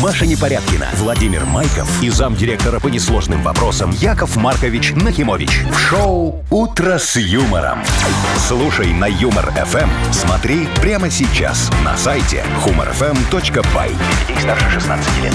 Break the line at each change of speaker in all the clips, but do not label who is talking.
Маша Непорядкина, Владимир Майков и замдиректора по несложным вопросам Яков Маркович Нахимович. В шоу «Утро с юмором». Слушай на «Юмор-ФМ». Смотри прямо сейчас на сайте humorfm.by. Для детей старше 16 лет.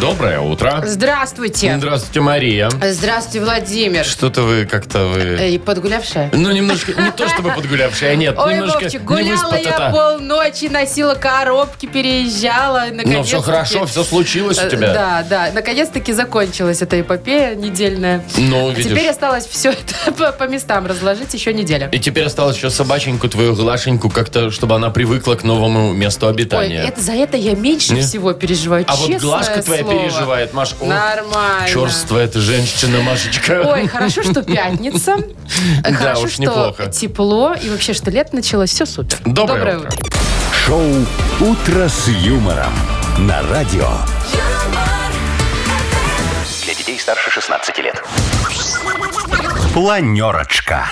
Доброе утро.
Здравствуйте.
Здравствуйте, Мария.
Здравствуйте, Владимир.
Что-то вы как-то вы...
Э, подгулявшая?
Ну, немножко, не то чтобы подгулявшая, а нет,
Ой,
немножко
Вовчик,
не
гуляла я
выспата-то.
полночи, носила коробки, переезжала. и
Ну,
наконец-таки-
все хорошо, все случилось у
Э,
тебя.
Да, да. Наконец-таки закончилась эта эпопея недельная.
Ну,
А
видишь.
Теперь осталось все это по, по местам разложить еще неделя.
И теперь осталось еще собаченьку твою, Глашеньку, как-то, чтобы она привыкла к новому месту
Ой,
обитания.
это, за это я меньше
Не?
всего переживаю,
А вот
честное
Глашка твоя
слово.
переживает, Маш. О,
Нормально.
Черствая эта женщина, Машечка.
Ой, хорошо, что пятница.
Да
Хорошо,
уж,
что
неплохо.
тепло. И вообще, что лето началось. Все супер.
Доброе утро.
Шоу «Утро с юмором» на радио.
Для детей старше 16 лет.
Планерочка.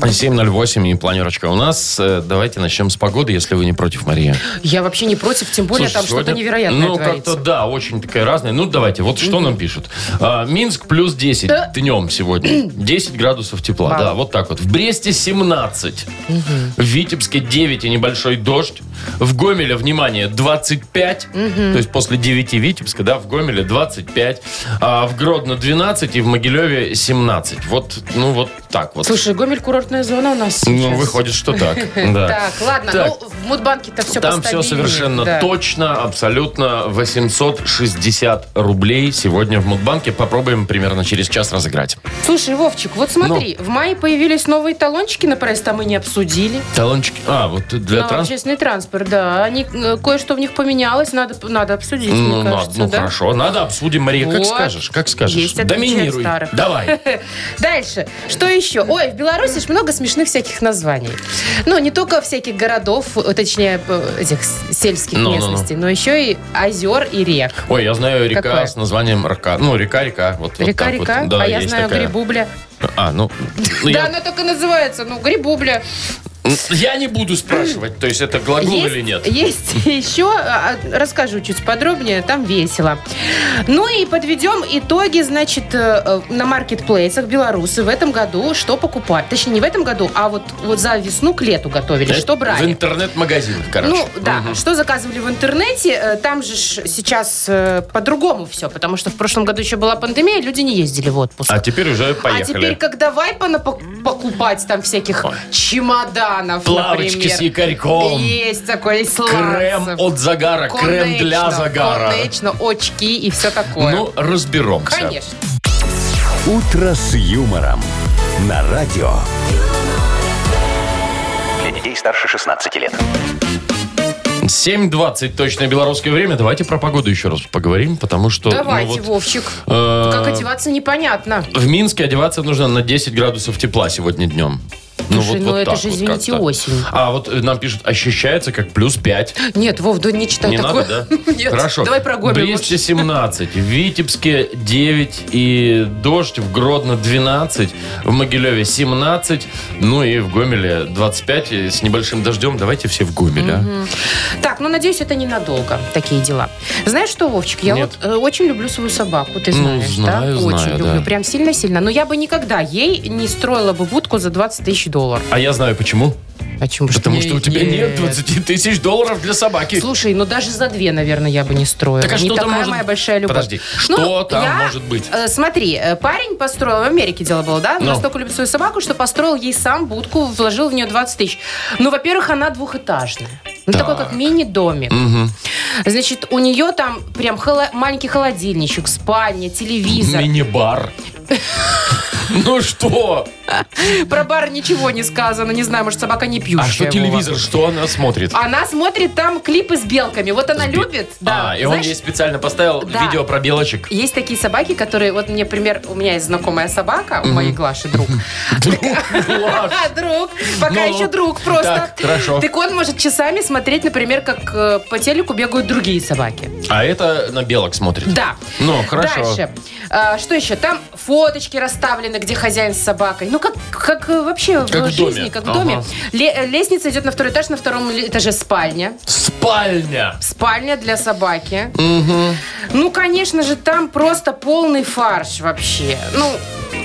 7.08 и планерочка у нас. Э, Давайте начнем с погоды, если вы не против, Мария.
Я вообще не против, тем более
Слушай,
там что-то
сегодня-
невероятное
Ну,
творится.
как-то да, очень такая разная. Ну, давайте, вот что нам пишут. А, Минск плюс 10 днем сегодня. 10 градусов тепла,
Вау.
да, вот так вот. В Бресте 17. В Витебске 9 и небольшой дождь. В Гомеле, внимание, 25. То есть после 9 Витебска, да, в Гомеле 25. А в Гродно 12 и в Могилеве 17. Вот, ну, вот так вот.
Слушай, Гомель курортная зона у нас
ну,
сейчас.
выходит, что так. Да.
Так, ладно,
Так.
ну в Мудбанке-то все
Там все совершенно точно, абсолютно 860 рублей сегодня в Мудбанке. Попробуем примерно через час разыграть.
Слушай, Вовчик, вот
Ну.
смотри, в мае появились новые талончики на проезд, а мы не обсудили.
Талончики... А, вот для
на
транспорта...
общественный транспорт, да. Они, э, кое-что в них поменялось, надо, надо обсудить,
Ну,
мне
на-
кажется,
ну
да?
хорошо, надо обсудим, Мария, как
Вот.
скажешь, как скажешь.
Есть отличие от
Доминируй.
старых.
Давай.
Дальше. Что еще? Ой, в Беларуси ж много смешных всяких названий. Ну, не только всяких городов, э, точнее, э, этих с- сельских
Ну, ну, ну.
местностей, но еще и озер и рек.
Ой, я знаю река
Какое?
с названием Рака. Ну, река-река. Вот, вот так
Река-река,
вот. Да,
а я
есть
знаю
такая.
Грибубля.
А, ну... ну,
да,
я,
она так и называется, ну, Грибубля.
я не буду спрашивать, то есть это глагол
есть,
или нет.
Есть еще, а, а, расскажу чуть подробнее, там весело. Ну и подведем итоги, значит, э, э, на маркетплейсах белорусы в этом году что покупать. Точнее, не в этом году, а вот, вот за весну к лету готовили, что
В
брали.
интернет-магазинах, короче.
Ну, да. Что заказывали в интернете, э, там же ж сейчас э, по-другому все, потому что в прошлом году еще была пандемия, люди не ездили в отпуск.
А теперь уже поехали.
А теперь, когда вайпа покупать там всяких
Ой.
чемоданов,
Плавочки
например.
с якорьком.
Есть такой, есть
Крем
сланцев.
от загара, крем для
Конечно,
загара.
Конечно, очки и все такое.
Ну, разберемся.
Конечно.
«Утро с юмором» на радио.
Для детей старше 16 лет.
7.20 точное белорусское время. Давайте про погоду еще раз поговорим, потому что... ну,
Давайте,
вот,
Вовчик.
э,
Как одеваться, непонятно.
В Минске одеваться нужно на 10 градусов тепла сегодня днем.
Слушай, ну это
так
же,
вот
извините,
как-то.
осень.
А вот э, нам пишут, ощущается как плюс 5.
Нет, Вов, да не читай
Не
такое.
надо, да?
Нет,
Хорошо.
давай про
В
Гомель лучше.
Бресте 17, в Витебске 9 и дождь, в Гродно 12, в Могилеве 17, ну и в Гомеле 25 и с небольшим дождем. Давайте все в Гомеле, а.
Так, ну надеюсь, это ненадолго, такие дела. Знаешь что, Вовчик, я
Нет.
вот э, очень люблю свою собаку, ты
Ну,
знаешь,
знаю,
да?
знаю, да.
очень люблю, прям сильно-сильно. Но я бы никогда ей не строила бы будку за 20 тысяч долларов.
А я знаю почему.
Почему?
Потому что у тебя нет 20 тысяч долларов для собаки.
Слушай, ну даже за две, наверное, я бы не строила.
Так а
не
что там
такая
может-
моя большая любовь. Ну,
Подожди, что там может быть?
э, смотри, э, парень построил, в Америке дело было, да? Он
Ну.
настолько любит свою собаку, что построил ей сам будку, вложил в нее 20 тысяч. Ну, во-первых, она двухэтажная. Ну, такой как мини-домик.
Мгм.
Значит, у нее там прям холо- маленький холодильничек, спальня, телевизор.
Мини-бар. Ну что?
Про бар ничего не сказано. Не знаю, может, собака не пьющая.
А что
Вова.
телевизор? Что она смотрит?
Она смотрит там клипы с белками. Вот она
Сби-
любит. Да.
А, и он
Знаешь,
ей специально поставил
Да.
видео про белочек.
Есть такие собаки, которые, вот мне, например, у меня есть знакомая собака, у моей Глаши друг.
Класс.
А, друг. Пока
Ну,
еще друг просто.
так, хорошо.
Так он может часами смотреть, например, как э, по телеку бегают другие собаки.
А это на белок смотрит.
Да.
Ну, хорошо.
Дальше. А, что еще? Там фоточки расставлены, где хозяин с собакой. Ну, как, как э, вообще
Как в
в жизни,
доме.
как в
Ага.
доме. Ле- э, лестница идет на второй этаж, на втором ле- этаже спальня.
Спальня.
Спальня для собаки. Ну, конечно же, там просто полный фарш вообще. Ну,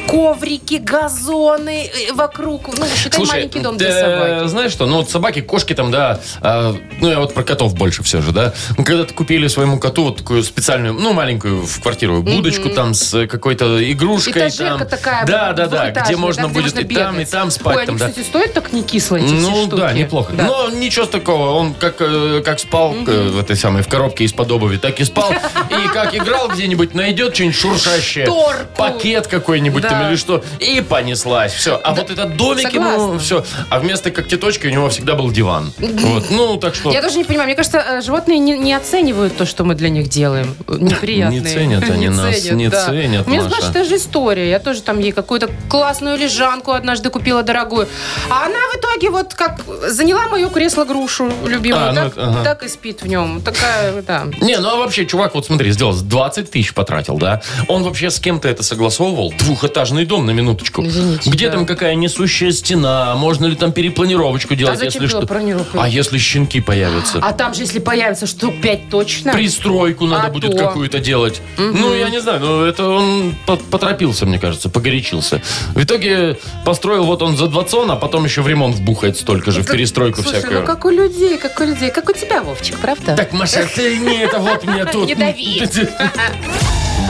коврики, газоны э, вокруг. Ну, считай, маленький дом для
э,
собаки.
знаешь что, ну вот собаки, кошки там, да, э, ну я вот про котов больше все же, да. Ну, когда-то купили своему коту вот такую специальную, ну маленькую в квартиру будочку там с э, какой-то игрушкой.
Этажерка
там.
такая.
Да, да, да,
двухэтажная,
где можно будет и там, и
бегать.
там
Ой,
спать.
они,
там, да.
кстати, стоят так не кисло, эти все
Ну
штуки.
да, неплохо.
Да.
Но ничего такого. Он как, э, как спал э, в этой самой в коробке из-под обуви, так и спал. И как играл где-нибудь, найдет что-нибудь шуршащее.
Шторку.
Пакет какой-нибудь
Да.
там или что. И понеслась. Все. А вот этот домик ему
согласна.
все. А вместо когтеточки у него всегда был диван. Вот. Ну, так что.
Я тоже не понимаю. Мне кажется, э, животные не, не оценивают то, что мы для них делаем. Э, Неприятные.
Не ценят они нас, не ценят,
У меня,
Маша.
знаешь, та же история. Я тоже там ей какую-то классную лежанку однажды купила дорогую. А она в итоге вот как заняла мое кресло-грушу любимую.
А, ну
так,
это- ага.
так и спит в нем. Такая, да.
Не, ну а вообще, чувак, вот смотри, сделал 20 тысяч потратил, да? Он вообще с кем-то это согласовывал? Двухэтажный дом, на минуточку.
Извините,
Где
да.
там какая несущая стена? Можно ли там перепланировочку делать,
зачем
если
было
что?
планировку?
А если щенки появятся?
А там же, если появится штук пять точно...
Пристройку надо
А
будет
то.
какую-то делать. Ну, я не знаю, но это он по- поторопился, мне кажется, погорячился. В итоге построил вот он за 20, а потом еще в ремонт вбухает столько же, в
Как-
перестройку
Слушай,
всякую.
ну как у людей, как у людей. Как у тебя, Вовчик, правда?
Так, Маша, ты не это вот мне тут.
Не дави.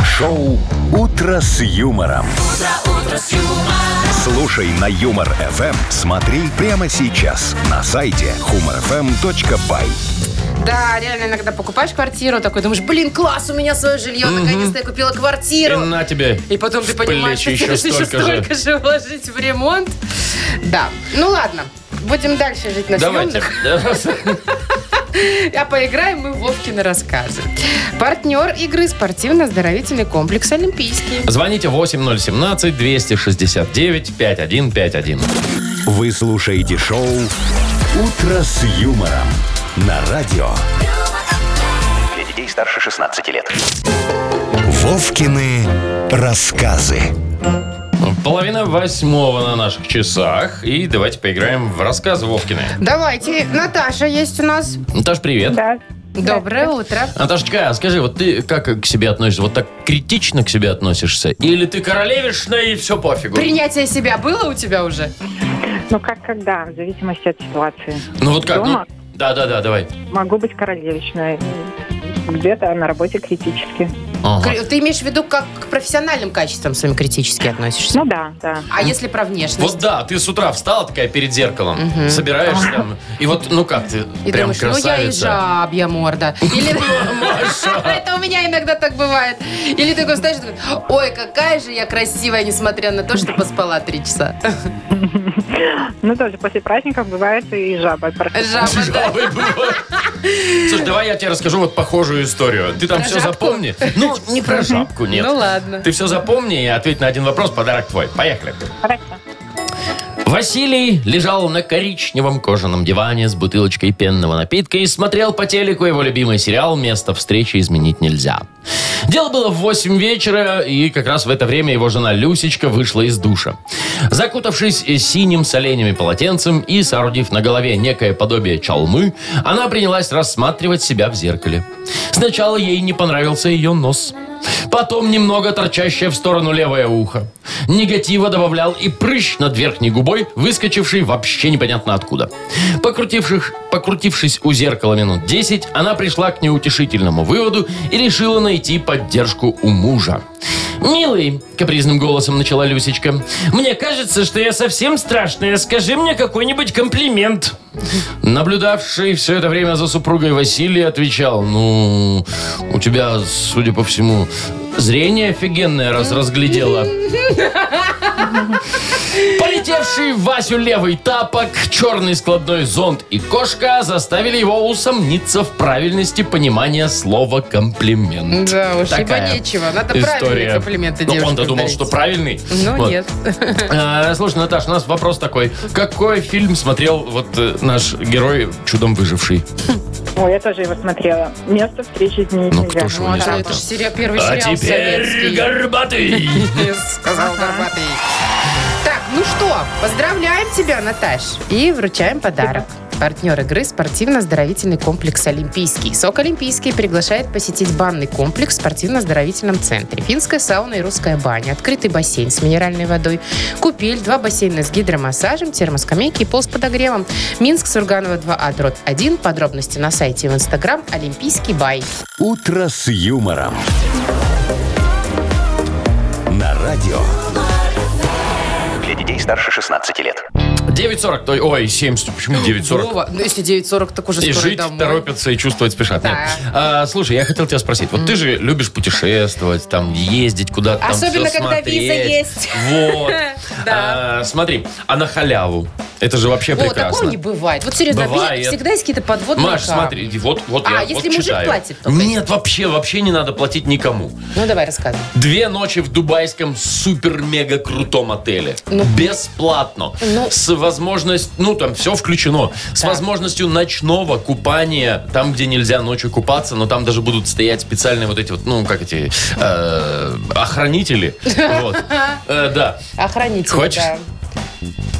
Шоу «Утро с юмором». Слушай на Юмор ФМ, смотри прямо сейчас на сайте humorfm.by.
Да, реально иногда покупаешь квартиру, такой думаешь, блин, класс, у меня свое жилье, наконец-то я купила
И
квартиру.
на тебе.
И потом ты
в
понимаешь, что
плечи
тебе
еще
нужно еще
столько же.
столько же вложить в ремонт. Да, ну ладно. Будем дальше жить на
Давайте.
съемных, а поиграем мы в Вовкины рассказы. Партнер игры спортивно-оздоровительный комплекс «Олимпийский».
Звоните 8017-269-5151.
Вы слушаете шоу «Утро с юмором» на радио.
Для детей старше 16 лет.
Вовкины рассказы.
Половина восьмого на наших часах. И давайте поиграем в рассказы Вовкины.
Давайте, Наташа есть у нас.
Наташ, привет.
Да.
Доброе утро.
Наташечка, а скажи, вот ты как к себе относишься? Вот так критично к себе относишься? Или ты королевишна и все пофигу?
Принятие себя было у тебя уже?
Ну, как когда, в зависимости от ситуации.
Ну вот как? ну,
Дома?
Да-да-да, давай.
Могу быть королевичной, где-то на работе критически.
Ага.
Кри- Ты имеешь в виду, как к профессиональным качествам своим критически относишься?
Ну да, да.
А если про внешность?
Вот да, ты с утра встала такая перед зеркалом, собираешься там, и вот, ну как ты,
И
прям
думаешь, ну я и
красавица.
жабья морда. Или... Это у меня иногда так бывает. Или ты такой встаешь и такой, ой, какая же я красивая, несмотря на то, что поспала три часа.
Ну тоже после праздников бывает и жаба.
Жаба, да.
Жабой бывает. Слушай, давай я тебе расскажу вот похожую историю. Ты там
Про
все
жабку?
запомни. Ну, не про жабку, нет.
Ну ладно.
Ты все запомни и ответь на один вопрос, подарок твой. Поехали.
Хорошо.
Василий лежал на коричневом кожаном диване с бутылочкой пенного напитка и смотрел по телеку его любимый сериал «Место встречи изменить нельзя». Дело было в 8 вечера, и как раз в это время его жена Люсечка вышла из душа. Закутавшись синим с оленями полотенцем и соорудив на голове некое подобие чалмы, она принялась рассматривать себя в зеркале. Сначала ей не понравился ее нос. Потом немного торчащее в сторону левое ухо. Негатива добавлял и прыщ над верхней губой, выскочивший вообще непонятно откуда. Покрутивших, покрутившись у зеркала минут 10, она пришла к неутешительному выводу и решила найти поддержку у мужа. «Милый», — капризным голосом начала Люсечка, — «мне кажется, что я совсем страшная. Скажи мне какой-нибудь комплимент». Наблюдавший все это время за супругой Василий отвечал, «Ну, у тебя, судя по всему, зрение офигенное, раз разглядела». Полетевший в Васю левый тапок, черный складной зонт и кошка заставили его усомниться в правильности понимания слова «комплимент».
Да уж, ибо
Такая
нечего. Надо правильные
История.
комплименты
Ну, он-то
девушкам
думал,
дарить.
что правильный.
Ну
Вот.
нет.
Э, Слушай, Наташ, у нас вопрос такой. Какой фильм смотрел вот э, наш герой, чудом выживший?
Ой, я тоже его смотрела. Место встречи изменить
Ну,
нельзя.
кто ж его не
Да,
смотрел?
Это же серия- первый
А
сериал
теперь
советский.
горбатый.
Сказал горбатый. Так, ну что, поздравляем тебя, Наташ, и вручаем подарок. Партнер игры – спортивно-оздоровительный комплекс «Олимпийский». СОК «Олимпийский» приглашает посетить банный комплекс в спортивно-оздоровительном центре. Финская сауна и русская баня, открытый бассейн с минеральной водой, купель, два бассейна с гидромассажем, термоскамейки и пол с подогревом. Минск, Сурганова 2А, дробь 1. Подробности на сайте и в Инстаграм «Олимпийский бай».
«Утро с юмором». На радио.
Для детей старше 16 лет.
9.40, ой, ой, 70, почему 9.40?
Вова, ну если 9.40, так уже
И
скоро
жить
домой.
торопятся, и чувствовать спешат. Нет.
Да.
А, слушай, я хотел тебя спросить. Вот ты же любишь путешествовать, там, ездить куда-то, там
Особенно,
всё
когда
смотреть.
виза есть.
Вот.
Да.
А, Смотри, а на халяву? Это же вообще
О, такого не
прекрасно.
бывает. Вот серьезно,
Бывает.
всегда есть какие-то подводные
Маш,
камни.
смотри, вот, вот
А,
я
если
вот
мужик
читаю.
платит только?
Нет, вообще, вообще не надо платить никому.
Ну, давай рассказывай.
Две ночи в дубайском супер-мега-крутом отеле.
Ну.
Бесплатно.
Ну.
с возможностью, ну там все включено. С
Так.
возможностью ночного купания, там, где нельзя ночью купаться, но там даже будут стоять специальные вот эти вот, ну как эти, э, охранители. Вот. Э, Да.
Охранитель,
Хочешь?
да.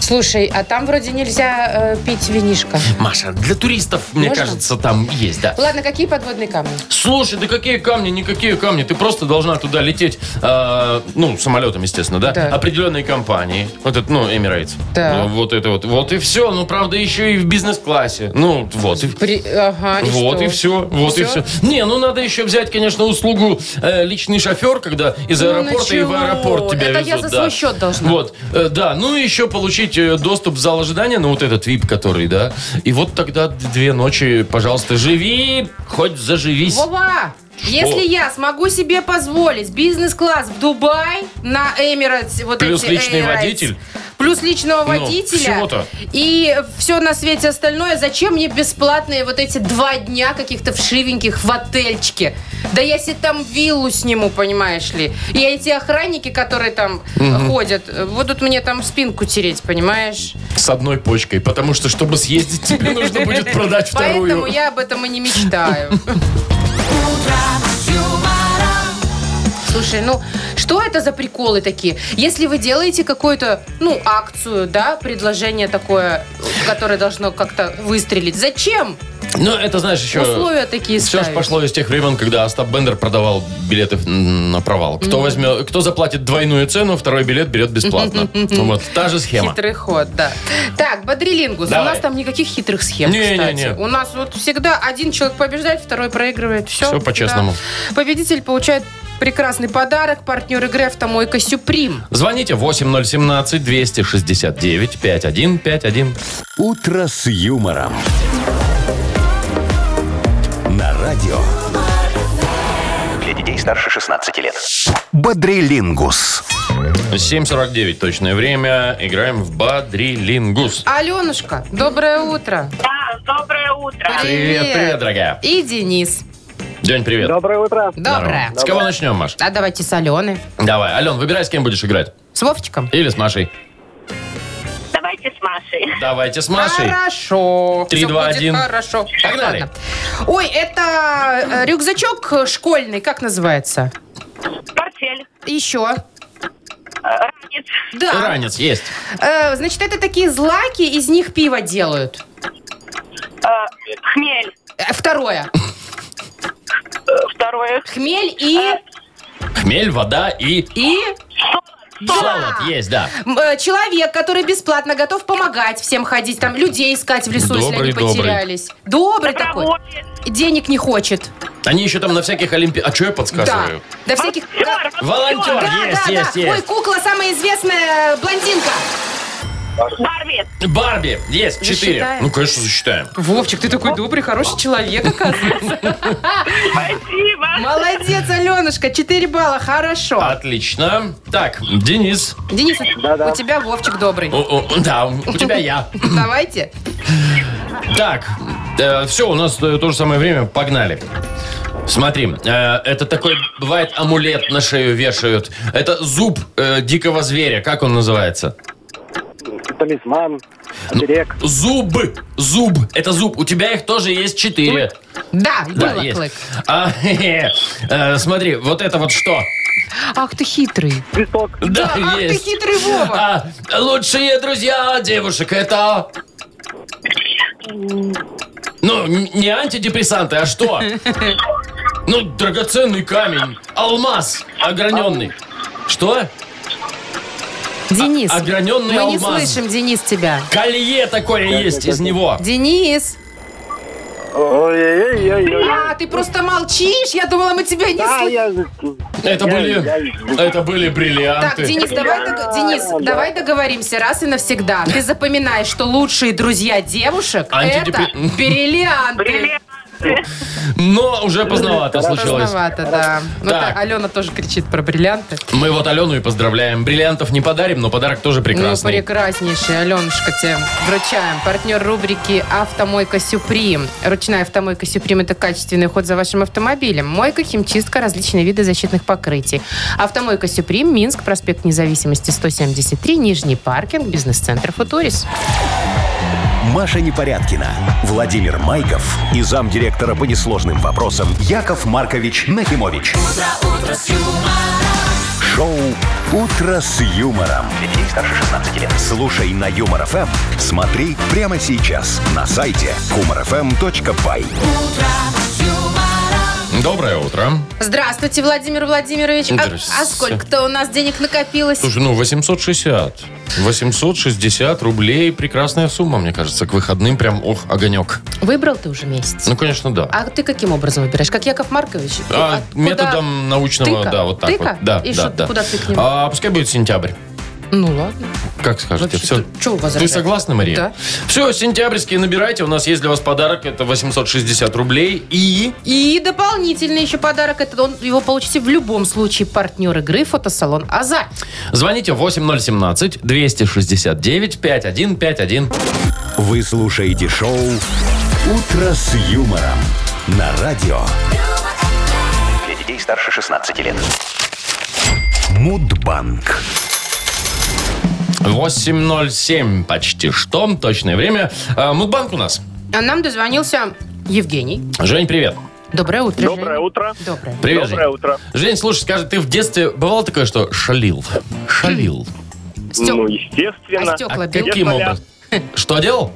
Слушай, а там вроде нельзя э, пить винишко.
Маша, для туристов, мне
Можно?
кажется, там есть, да.
Ладно, какие подводные камни?
Слушай, да какие камни, никакие камни. Ты просто должна туда лететь, э, ну, самолетом, естественно, да?
Так.
Определенной компании. Вот это, ну, Emirates.
Так.
Ну, вот это вот. Вот и все. Ну, правда, еще и в бизнес-классе. Ну, вот. И...
При- Ага, и
вот
что?
и все, вот и
Всё?
все. Не, ну надо еще взять, конечно, услугу э, личный шофер, когда из
Ну,
аэропорта и в
началось.
аэропорт тебя
Это
везут.
я за
да.
свой счет должна.
Вот, э, да. Ну и еще получить э, доступ в зал ожидания, ну вот этот VIP, который, да. И вот тогда д- две ночи, пожалуйста, живи, хоть заживись.
Вова, если я смогу себе позволить бизнес-класс в Дубай на Эмиратс, вот
Плюс
эти
личный
Emirates,
водитель. Ну,
плюс личного водителя
всего-то.
и все на свете остальное, зачем мне бесплатные вот эти два дня каких-то вшивеньких в отельчике? Да я себе там виллу сниму, понимаешь ли. И эти охранники, которые там ходят, э, будут мне там спинку тереть, понимаешь?
С одной почкой, потому что, чтобы съездить, тебе нужно будет продать
Поэтому
вторую.
я об этом и не мечтаю. Слушай, ну что это за приколы такие? Если вы делаете какую-то, ну, акцию, да, предложение такое, которое должно как-то выстрелить, зачем
Ну, это знаешь еще...
условия такие
Все
ставить?
же пошло из тех времен, когда Остап Бендер продавал билеты м, на провал. Кто возьмет, кто заплатит двойную цену, второй билет берет бесплатно. Ну вот, та же схема.
Хитрый ход, да. Так, Бодрилингус, у
Давай.
нас там никаких хитрых схем,
Не-не-не.
кстати. У нас вот всегда один человек побеждает, второй проигрывает. Все,
Всё по-честному.
Победитель получает прекрасный подарок, партнер игры «Автомойка Сюприм».
Звоните 8017-269-5151.
«Утро с юмором». На радио.
Для детей старше 16 лет.
Бодрилингус.
7.49 точное время. Играем в Бадрилингус.
Аленушка, доброе утро.
Да, доброе утро.
Привет, привет, дорогая.
И Денис.
День, привет.
Доброе утро.
Доброе.
Здорово. С кого начнем, Маш?
А давайте с Алены.
Давай, Ален, выбирай, с кем будешь играть.
С Вовчиком?
Или с Машей.
Давайте с Машей.
Давайте с Машей.
Хорошо.
Три,
Всё
два,
будет
один.
Хорошо.
Погнали.
Ладно. Ой, это э, рюкзачок школьный, как называется?
Портфель.
Еще.
э, Ранец.
Да.
Ранец есть.
Э, значит, это такие злаки, из них пиво делают.
э, Хмель.
Э, Второе.
э, Второе.
Хмель и...
Хмель, вода и
И
солод есть, да.
м, э, человек, который бесплатно готов помогать всем ходить, там людей искать в лесу,
Добрый,
если они
добрый.
потерялись. Добрый такой.
Доброволец.
Денег не хочет.
Они еще там на всяких олимпи... А что я подсказываю?
Да. До всяких...
Актер, актер.
Волонтер.
Да,
Есть,
да,
есть,
да.
есть.
Ой, кукла самая известная э, блондинка.
Барби.
Барби, есть, четыре.
Засчитаем?
Ну, конечно, засчитаем.
Вовчик, ты такой добрый, хороший человек, а оказывается.
Спасибо.
Молодец, Аленушка, 4 балла,
А.
хорошо.
Отлично. Так, Денис.
Денис,
Да-да.
у тебя Вовчик добрый.
О, о, да, у тебя я.
Давайте.
Так, все, у нас э, то же самое время, погнали. Смотри, э, это такой, бывает, амулет на шею вешают. Это зуб э, дикого зверя, как он называется?
Талисман. Оберег.
Зуб, зуб, это зуб. У тебя их тоже есть четыре.
Да,
Да,
было
есть.
клык.
А, э, смотри, вот это вот что?
Ах ты хитрый.
Свисток.
Да,
Ах ты хитрый Вова.
А, лучшие друзья девушек это... Ну, н- не антидепрессанты, а что? Ну, драгоценный камень, алмаз ограненный. Что?
Денис,
ограненный
мы не
алмаз.
слышим, Денис, тебя.
Колье такое есть из него.
Денис!
Ой-ой-ой-ой.
А, ты просто молчишь? Я думала, мы тебя не
Да,
слышим.
я...
Это были, это были
Так,
бриллианты.
Денис, давай, дог- Денис, давай договоримся раз и навсегда. Ты запоминаешь, что лучшие друзья девушек
Антидепре-
это бриллианты.
Бриллианты.
Но уже поздновато случилось.
Поздновато, да. Ну,
Так.
та- Алена тоже кричит про бриллианты.
Мы вот Алену и поздравляем. Бриллиантов не подарим, но подарок тоже прекрасный.
Ну, прекраснейший, Аленушка, тебе вручаем. Партнер рубрики «Автомойка Сюприм». Ручная автомойка Сюприм – это качественный уход за вашим автомобилем. Мойка, химчистка, различные виды защитных покрытий. Автомойка Сюприм, Минск, проспект Независимости, 173, Нижний паркинг, бизнес-центр «Футурис».
Маша Непорядкина, Владимир Майков и замдиректора по несложным вопросам Яков Маркович Нахимович. Шоу Утро с юмором. Детей старше 16 лет. Слушай на юмор ФМ. Смотри прямо сейчас на сайте humorfm.by.
Доброе утро.
Здравствуйте, Владимир Владимирович. А,
Здравствуйте.
а сколько-то у нас денег накопилось?
Слушай, ну 860. 860 рублей. Прекрасная сумма, мне кажется. К выходным прям ох, огонек.
Выбрал ты уже месяц?
Ну, конечно, да.
А ты каким образом выбираешь? Как Яков Маркович?
А,
Откуда-
методом научного,
Тыка?
да, вот так
Тыка?
вот. Да, да,
И что,
да.
куда тыкнем?
А, пускай будет сентябрь.
Ну ладно.
Как скажете,
Вообще,
все.
ты- чё возражать?
Ты согласна, Мария?
Да.
Все, сентябрьские набирайте. У нас есть для вас подарок. Это 860 рублей. И
И дополнительный еще подарок, это он, его получите в любом случае партнер игры фотосалон «Азарт».
звоните 8017-269-5151.
Вы слушаете шоу Утро с юмором на радио
Для детей старше 16 лет.
Мудбанк.
8.07 почти что. Точное время. А, Мудбанк у нас.
А нам дозвонился Евгений.
Жень, привет.
Доброе утро,
Доброе
Жень.
утро.
Доброе.
Привет,
Доброе
Жень.
утро.
Жень, слушай, скажи, ты в детстве бывал такое, что шалил? Шалил.
Стё-
Ну,
А
естественно.
стекла
А
бил?
каким
Я шаля.
образом? Что делал?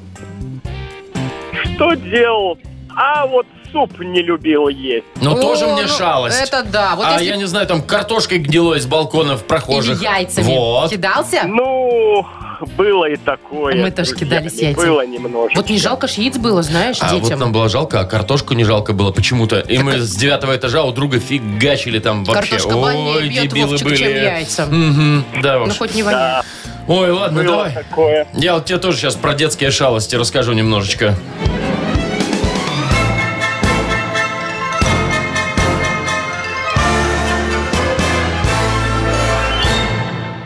Что делал? А вот суп не любил есть.
Ну,
О,
тоже мне
ну,
шалость.
Это да. Вот
а
если
я не знаю, там картошкой гнилой с балконов прохожих.
Или яйцами
Вот.
кидался,
Ну, было и такое.
А Мы тоже
друзья,
кидались
не
яйцами.
Было немножечко.
вот не жалко ж яиц было, знаешь,
А вот
детям. Ну,
нам было жалко, а картошку не жалко было почему-то. И мы с девятого этажа у друга фигачили там вообще.
а- Картошка больнее
Ой,
бьет,
дебилы
Вовчик, чем
были.
яйца.
Мгм, да
Ну,
уж.
хоть не воняет.
Ой,
ну
ладно,
Было
давай.
такое.
Я вот тебе тоже сейчас про детские шалости расскажу немножечко.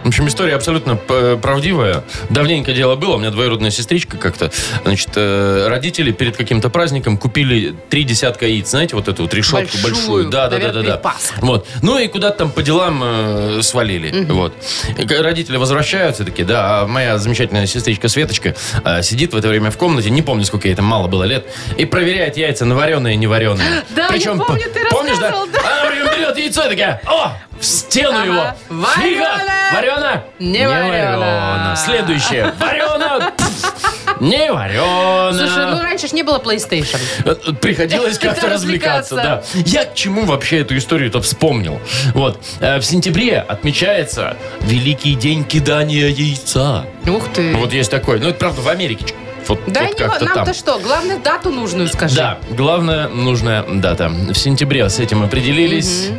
В общем, история абсолютно э, правдивая. Давненько дело было. У меня двоюродная сестричка как-то. Значит, э, родители перед каким-то праздником купили три десятка яиц. Знаете, вот эту вот решетку
Большую,
большую. Да, да, да,
наверное,
да, да.
припаска.
Вот. Ну и куда-то там по делам э, свалили. Вот. И к- Родители возвращаются такие, да, а моя замечательная сестричка Светочка э, сидит в это время в комнате, не помню, сколько ей там мало было лет, и проверяет яйца на вареные и не вареные.
Да, я помню,
по-
ты
помнишь, да? А
рассказывал, да.
Она прям берет яйцо и такая, о, в стену
Ага.
его. Фига!
Варёное!
Варено?
Не варёно.
Следующее. Варено! Пф, Не варено.
Слушай, ну раньше ж не было PlayStation.
Э, э, Приходилось как-то развлекаться, да. Я к чему вообще эту историю-то вспомнил? Вот. Э, В сентябре отмечается Великий день кидания яйца.
Ух ты.
Вот есть такой. Ну, это правда в Америке. Ч- Вот,
да
вот
не,
как-то там.
нам-то что, главное дату нужную скажи.
Да, главное, нужная дата. В сентябре с этим определились.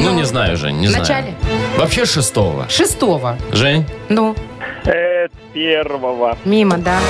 Ну,
Ну,
не знаю, Жень, не
в
знаю.
начале?
Вообще шестого.
Шестого.
Жень?
Ну,
Э, первого.
мимо, да.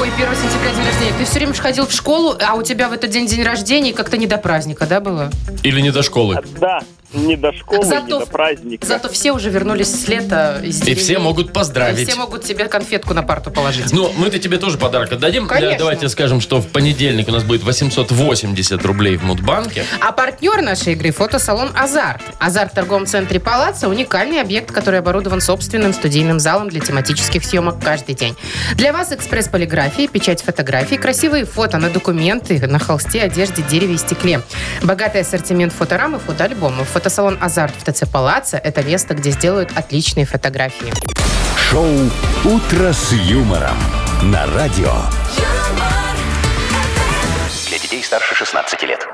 Ой, 1 сентября день рождения. Ты все время же ходил в школу, а у тебя в этот день день рождения и как-то не до праздника, да, было?
Или не до школы?
Да, не до школы,
Зато-
не до праздника.
Зато все уже вернулись с лета. из
И
деревень.
все могут
И
поздравить.
все могут тебе конфетку на парту положить.
Ну, мы-то тебе тоже подарок отдадим.
Конечно.
Да, Давайте скажем, что в понедельник у нас будет 880 рублей в Мудбанке.
А партнер нашей игры – фотосалон «Азарт». «Азарт» в торговом центре «Палаца» – уникальный объект, который оборудован собственным студийным залом для тематических съемок каждый день. Для вас экспресс полиграфии, печать фотографий, красивые фото на документы, на холсте, одежде, дереве и стекле. Богатый ассортимент фоторам и фотоальбомов. Фотосалон «Азарт» в ТЦ «Палаца» – это место, где сделают отличные фотографии.
Шоу Утро с юмором на радио.
Для детей старше 16 лет.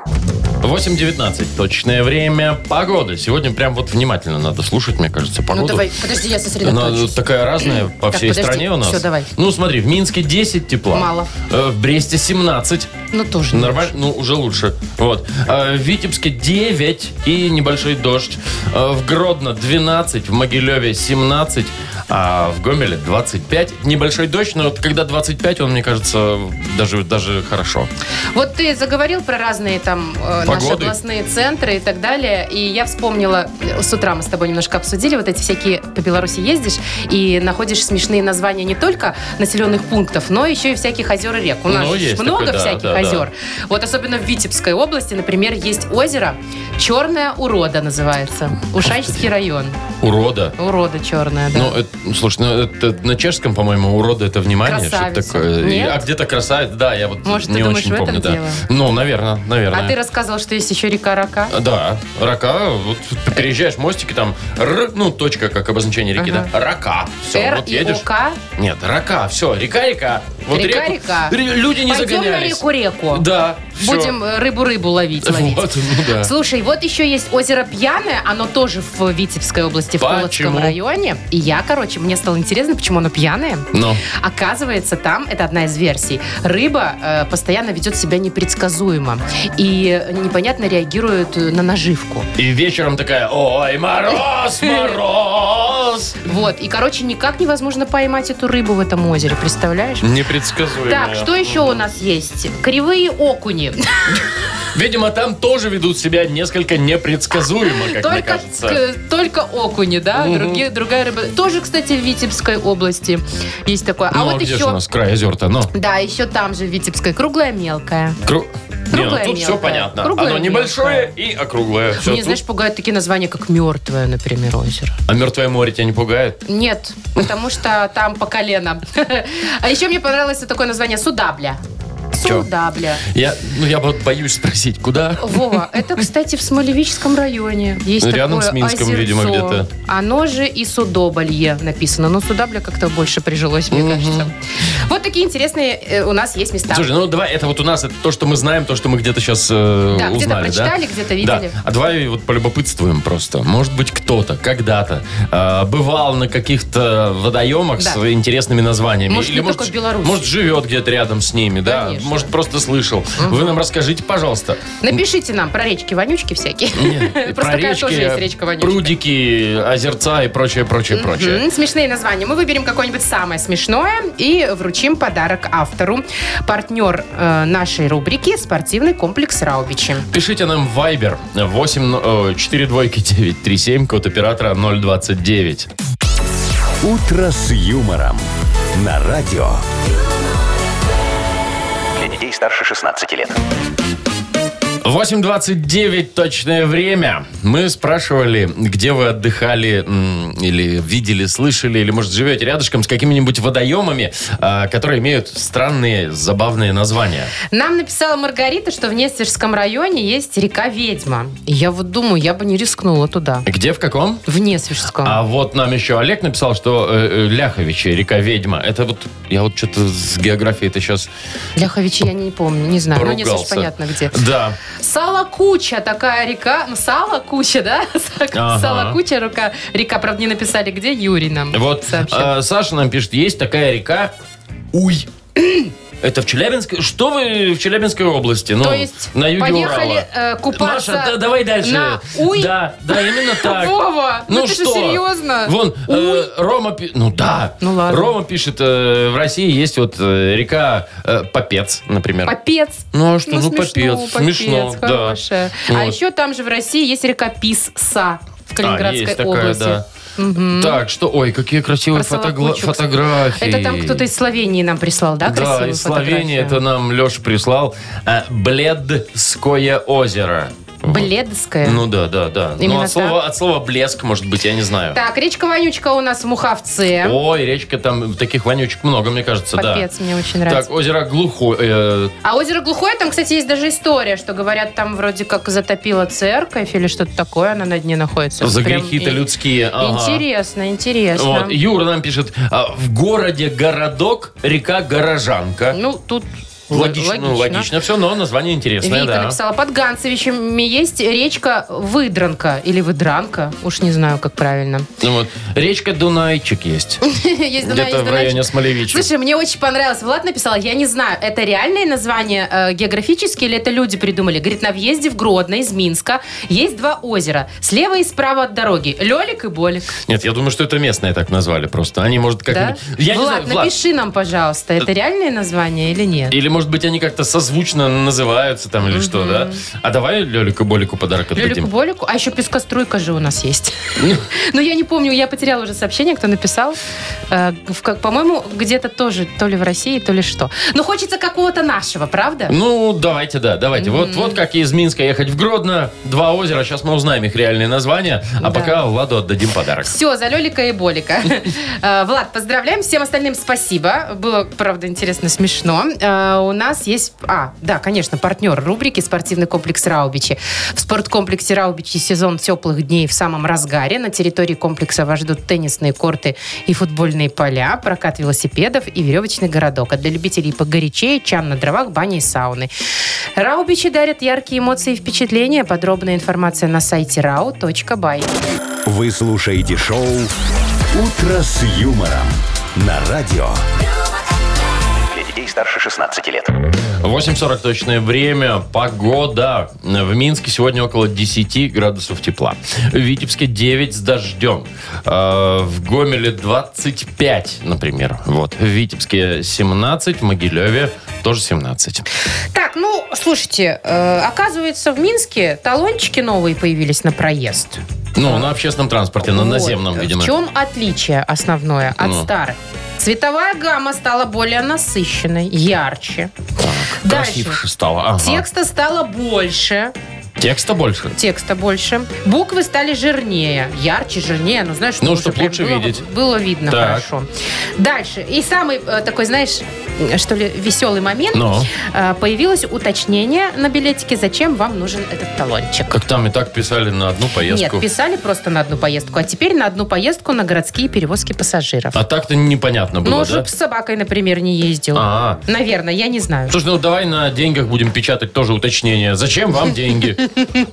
8.19 точное время. Погода. Сегодня прям вот внимательно надо слушать, мне кажется, погоду.
Ну давай, подожди, я
Она
сосредоточусь.
такая разная по
Так,
всей
подожди.
стране у нас.
Всё, давай.
Ну, смотри, в Минске 10 тепла.
Мало.
Э, В Бресте 17.
Ну тоже. не
Нормально, ну, уже лучше. Вот. А, в Витебске 9 и небольшой дождь. А, В Гродно 12, в Могилеве 17, а в Гомеле 25. Небольшой дождь, но вот когда 25, он, мне кажется, даже, даже хорошо.
Вот ты заговорил про разные там э, наши
Погоды.
областные центры и так далее. И я вспомнила, э, с утра мы с тобой немножко обсудили, вот эти всякие по Беларуси ездишь и находишь смешные названия не только населенных пунктов, но еще и всяких озер и рек. У нас
Ну,
же
есть
много
такое, да,
всяких
да, да.
озер. Вот особенно в Витебской области, например, есть озеро Черная Урода называется. Ушачский район.
Урода.
Урода черная, да.
Ну, это, ну, слушай, ну, это на чешском, по-моему, урода это внимание,
Красавица.
что такое. И-
Нет?
а где-то красавец, да, я вот
Может, ты
не
думаешь,
очень
в этом
помню, да.
дело?
Ну, наверное, наверное. А,
а ты рассказывал, что есть еще река Рака.
Да, рака, вот ты переезжаешь мостики, там, р, ну, точка, как обозначение реки, да, рака, все,
Р
вот
и
едешь.
ОК.
Нет, рака, все, река-река. Вот
Река,
реку-
река.
Ре- Люди не
Пойдем на
загонялись.
реку-реку.
Да, всё.
Будем э, рыбу-рыбу ловить, ловить.
Вот, ну да.
Слушай, вот еще есть озеро Пьяное, оно тоже в Витебской области, в Полоцком
Почему?
районе. И я, короче, мне стало интересно, почему оно пьяное.
Ну.
Оказывается, там, это одна из версий, рыба э, постоянно ведет себя непредсказуемо и непонятно реагирует э, на наживку.
И вечером такая, ой, мороз, мороз.
Вот, и, короче, никак невозможно поймать эту рыбу в этом озере, представляешь?
Непредсказуемо.
Так, что еще у нас есть? Кривые окуни.
Видимо, там тоже ведут себя несколько непредсказуемо, как мне
Только,
кажется.
к- только окуни, да?
Мгм.
Другие, другая рыба. Тоже, кстати, в Витебской области есть такое. А
Ну,
вот
где
еще...
же у нас край озер-то, ну?
Да, еще там же в Витебской. Круглая мелкая.
Кру- Не, ну
Круглое
тут все
мелкое.
понятно.
Круглое
Оно небольшое и округлое. Всё,
Мне,
тут-
знаешь, пугают такие названия, как мертвое, например, озеро.
А мертвое море тебя не пугает?
Нет, потому что там по колено. А еще мне понравилось такое название Судабля.
Чё?
Судабля.
Я, ну, я вот боюсь спросить, куда?
Вова, это, кстати, в Смолевическом районе. Есть
Ну, Рядом
такое
с Минском,
озерцо.
видимо, где-то.
Оно же и Судоболье написано. Но Судабля как-то больше прижилось, мне
Мгм.
кажется. Вот такие интересные э, у нас есть места.
Слушай, ну давай, это вот у нас, это то, что мы знаем, то, что мы где-то сейчас
Да, где-то
узнали,
прочитали,
да?
где-то видели.
Да. А давай вот полюбопытствуем просто. Может быть, кто-то когда-то э, бывал на каких-то водоемах
Да.
с интересными названиями.
Может, не только в Беларуси.
Может, живет где-то рядом с ними, да?
Конечно.
Может, просто слышал. Вы нам расскажите, пожалуйста.
Напишите нам про речки вонючки всякие.
Нет,
Просто
про
такая тоже
речки,
есть речка вонючка.
прудики, озерца и прочее, прочее, прочее.
Мгм, Смешные названия. Мы выберем какое-нибудь самое смешное и вручим подарок автору. Партнер э, нашей рубрики «Спортивный комплекс Раубичи».
Пишите нам в Viber 8 4 двойки 937 код оператора 029.
Утро с юмором на радио.
Для детей старше 16 лет.
8.29 точное время. Мы спрашивали, где вы отдыхали м, или видели, слышали, или, может, живете рядышком с какими-нибудь водоемами, а, которые имеют странные, забавные названия.
Нам написала Маргарита, что в Нестерском районе есть река Ведьма. И я вот думаю, я бы не рискнула туда.
Где, в каком?
В Несвежском.
А вот нам еще Олег написал, что э, э, Ляховичи, река Ведьма. Это вот, я вот что-то с географией-то сейчас
Ляховичи я не помню, не знаю. Ну, Несвеж,
поругался.
понятно где.
Да.
Сала куча такая река. Ну, сала куча, да?
Ага.
Сала куча река. Река, правда, не написали, где Юрий нам
Вот
сообщил.
э, Саша нам пишет, есть такая река Уй. Это в Челябинской? Что вы в Челябинской области? Ну,
То есть
на юге
поехали
Урала.
э, купаться
Маша, да, давай дальше.
на Уй?
Да, да, именно так.
Вова, ну, ты же серьезно?
Вон, э, Рома... пи- Ну да.
Ну ладно.
Рома пишет, э, в России есть вот э, река э, Попец, например.
Попец.
Ну а что, ну,
смешно,
попец, смешно, да.
хорошая. А
Вот.
еще там же в России есть река Писса в
А,
Калининградской
есть такая,
области.
да. Так, что... Ой, какие красивые
Про
фотогла-
Солокучу, кстати.
фотографии.
Это там кто-то из Словении нам прислал, да,
Да,
красивую
из Словении
фотографию?
это нам Леша прислал. э, Бледское озеро. Вот.
Бледская.
Ну да, да, да. ну
Именно
от слова, от слова блеск, может быть, я не знаю.
Так, речка Вонючка у нас в Муховце.
Ой, речка там таких вонючек много, мне кажется,
Попец, мне очень
да.
нравится.
Так, озеро глухое. э,
А озеро Глухое, там, кстати, есть даже история, что говорят, там вроде как затопила церковь или что-то такое, она на дне находится.
за
Прям
грехи-то
и-
людские. ага.
Интересно, интересно.
Вот, Юра нам пишет, а, в городе городок, река Горожанка.
Ну, тут
логично, ну, логично. все, но название интересное,
Вика
да.
написала, под Ганцевичами есть речка Выдранка или Выдранка, уж не знаю, как правильно.
Ну вот, речка Дунайчик есть.
Есть Дунай,
Где-то в
есть Дунайчик.
районе Смолевича.
Слушай, мне очень понравилось. Влад написал, я не знаю, это реальное название э, географические или это люди придумали. Говорит, на въезде в Гродно из Минска есть два озера. Слева и справа от дороги. Лелик и Болик.
Нет, я думаю, что это местные так назвали просто. Они, может,
Да?
как-нибудь... Я не
Влад,
знаю, Влад,
напиши нам, пожалуйста, это реальное название или нет?
Или, может быть, они как-то созвучно называются там или что, да? А давай Лелику Болику подарок
Лелику
отдадим.
Болику, а еще пескоструйка же у нас есть. Но я не помню, я потеряла уже сообщение, кто написал. Э, в как- По-моему, где-то тоже, то ли в России, то ли что. Но хочется какого-то нашего, правда?
Ну, давайте, да, давайте. Вот, вот как из Минска ехать в Гродно. Два озера, сейчас мы узнаем их реальные названия. А
Да.
пока Владу отдадим подарок.
Все, за Лелика и Болика. Э, Влад, поздравляем. Всем остальным спасибо. Было, правда, интересно, смешно. Э, У нас есть... А, да, конечно, партнер рубрики «Спортивный комплекс Раубичи». В спорткомплексе Раубичи сезон теплых дней в самом разгаре. На территории комплекса вас ждут теннисные корты и футбольные поля, прокат велосипедов и веревочный городок. А для любителей погорячее, чан на дровах, бани и сауны. Раубичи дарят яркие эмоции и впечатления. Подробная информация на сайте rau.by.
Вы слушаете шоу «Утро с юмором» на радио.
Для детей старше 16 лет.
8.40 точное время. Погода. В Минске сегодня около 10 градусов тепла. В Витебске 9 с дождем. Э, В Гомеле 25, например. Вот. В Витебске 17, в Могилеве тоже 17.
Так, ну, слушайте, э, оказывается, в Минске талончики новые появились на проезд.
Ну, на общественном транспорте, на
Вот.
наземном, видимо.
В чем отличие основное от
Ну.
старых? Цветовая гамма стала более насыщенной, ярче. Дальше.
Красивше стало. Ага.
Текста стало больше.
Текста больше.
Текста больше. Буквы стали жирнее. Ярче, жирнее. Ну, знаешь,
Ну,
уже
чтоб
прям
лучше
было-
видеть.
Было видно
Так.
хорошо. Дальше. И самый э, такой, знаешь, э, что ли, веселый момент.
Но.
Э, Появилось уточнение на билетике, зачем вам нужен этот талончик.
Как там и так писали на одну поездку.
Нет, писали просто на одну поездку, а теперь на одну поездку на городские перевозки пассажиров.
А так-то непонятно
ну,
было, да?
чтоб с собакой, например, не ездил.
А.
Наверное, я не знаю.
Слушай, ну давай на деньгах будем печатать тоже уточнение. Зачем вам деньги?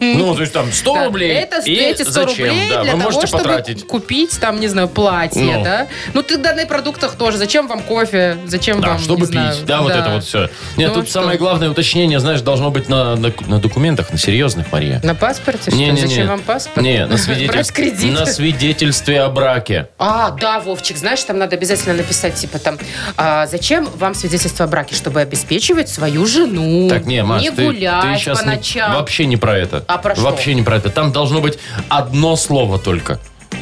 Ну, то есть там 100
Да,
рублей.
Это
и
эти 100
зачем?
рублей
да,
для
вы
того,
можете
чтобы
потратить.
купить там, не знаю, платье,
Ну.
да? Ну, ты на продуктах тоже. Зачем вам кофе? Зачем
Да,
вам,
чтобы
не
пить,
знаю,
да, вот это вот все. Нет,
Ну,
тут
что?
самое главное уточнение, знаешь, должно быть на, на, на документах, на серьезных, Мария.
На паспорте, что? ли?
Не-не-не.
Зачем вам паспорт?
Не, на,
Брать
свидетель...
кредит.
на свидетельстве о браке.
А, да, Вовчик, знаешь, там надо обязательно написать, типа там, а, зачем вам свидетельство о браке, чтобы обеспечивать свою жену,
Так, не, Маш,
не
ты, ты
гулять
сейчас
по ночам.
вообще не про это.
А про что?
Вообще не про это. Там должно быть одно слово только.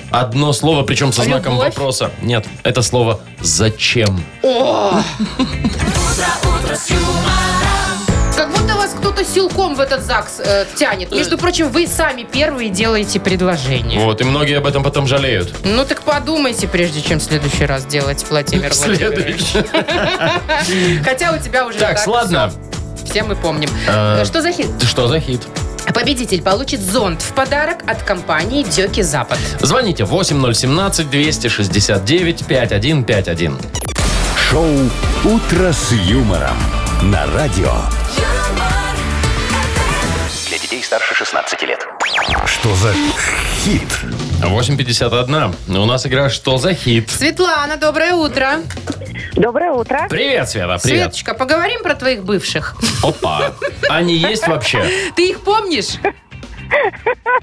Одно слово, причем со знаком
Любовь?
вопроса. Нет, это слово «зачем».
Как будто вас кто-то силком в этот ЗАГС э, тянет. Между прочим, вы сами первые делаете предложение.
Вот, и многие об этом потом жалеют.
Ну так подумайте, прежде чем в следующий раз делать, Владимир Владимирович. Хотя у тебя уже
Так, ладно.
всё, Все мы помним.
Э,
Что за хит?
Что за хит?
Победитель получит зонт в подарок от компании Дёки Запад.
Звоните 8017-269-5151.
Шоу «Утро с юмором» на радио.
Для детей старше 16 лет.
Что за хит?
8.51. Ну, У нас игра «Что за хит?»
Светлана, доброе утро.
Доброе утро.
Привет, Света, привет.
Светочка, поговорим про твоих бывших.
Опа. Они есть вообще?
Ты их помнишь?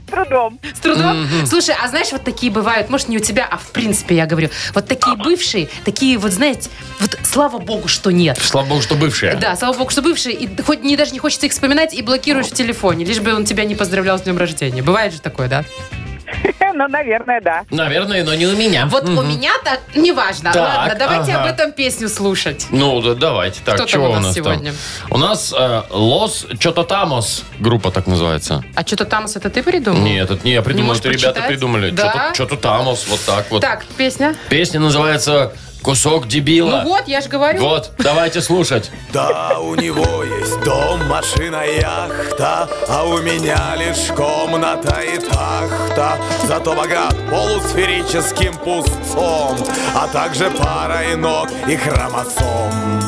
С трудом.
С трудом? Слушай, а знаешь, вот такие бывают, может, не у тебя, а в принципе, я говорю, вот такие бывшие, такие вот, знаете, вот слава богу, что нет.
Слава богу, что бывшие.
Да, слава богу, что бывшие, и хоть не, даже не хочется их вспоминать, и блокируешь в телефоне, лишь бы он тебя не поздравлял с днем рождения. Бывает же такое, да?
Ну, наверное, да.
Наверное, но не у меня.
Вот у меня так неважно.
Так,
Ладно, давайте
ага.
об этом песню слушать.
Ну, да, давайте. Так,
Кто там
чего
у нас
там?
сегодня?
У нас э, Лос Чото Тамос, группа так называется.
А что-то Тамас, это ты придумал?
Нет, это не я
Не
придумал,
Ну. можешь
это ребята
прочитать?
придумали.
Да?
Чото Тамос, вот так вот.
Так, песня.
Песня называется «Кусок дебила».
Ну вот, я же говорю.
Вот, давайте слушать.
Да, у него есть дом, машина, яхта, а у меня лишь комната и тахта. Зато богат полусферическим пустцом, а также парой ног и хромосом.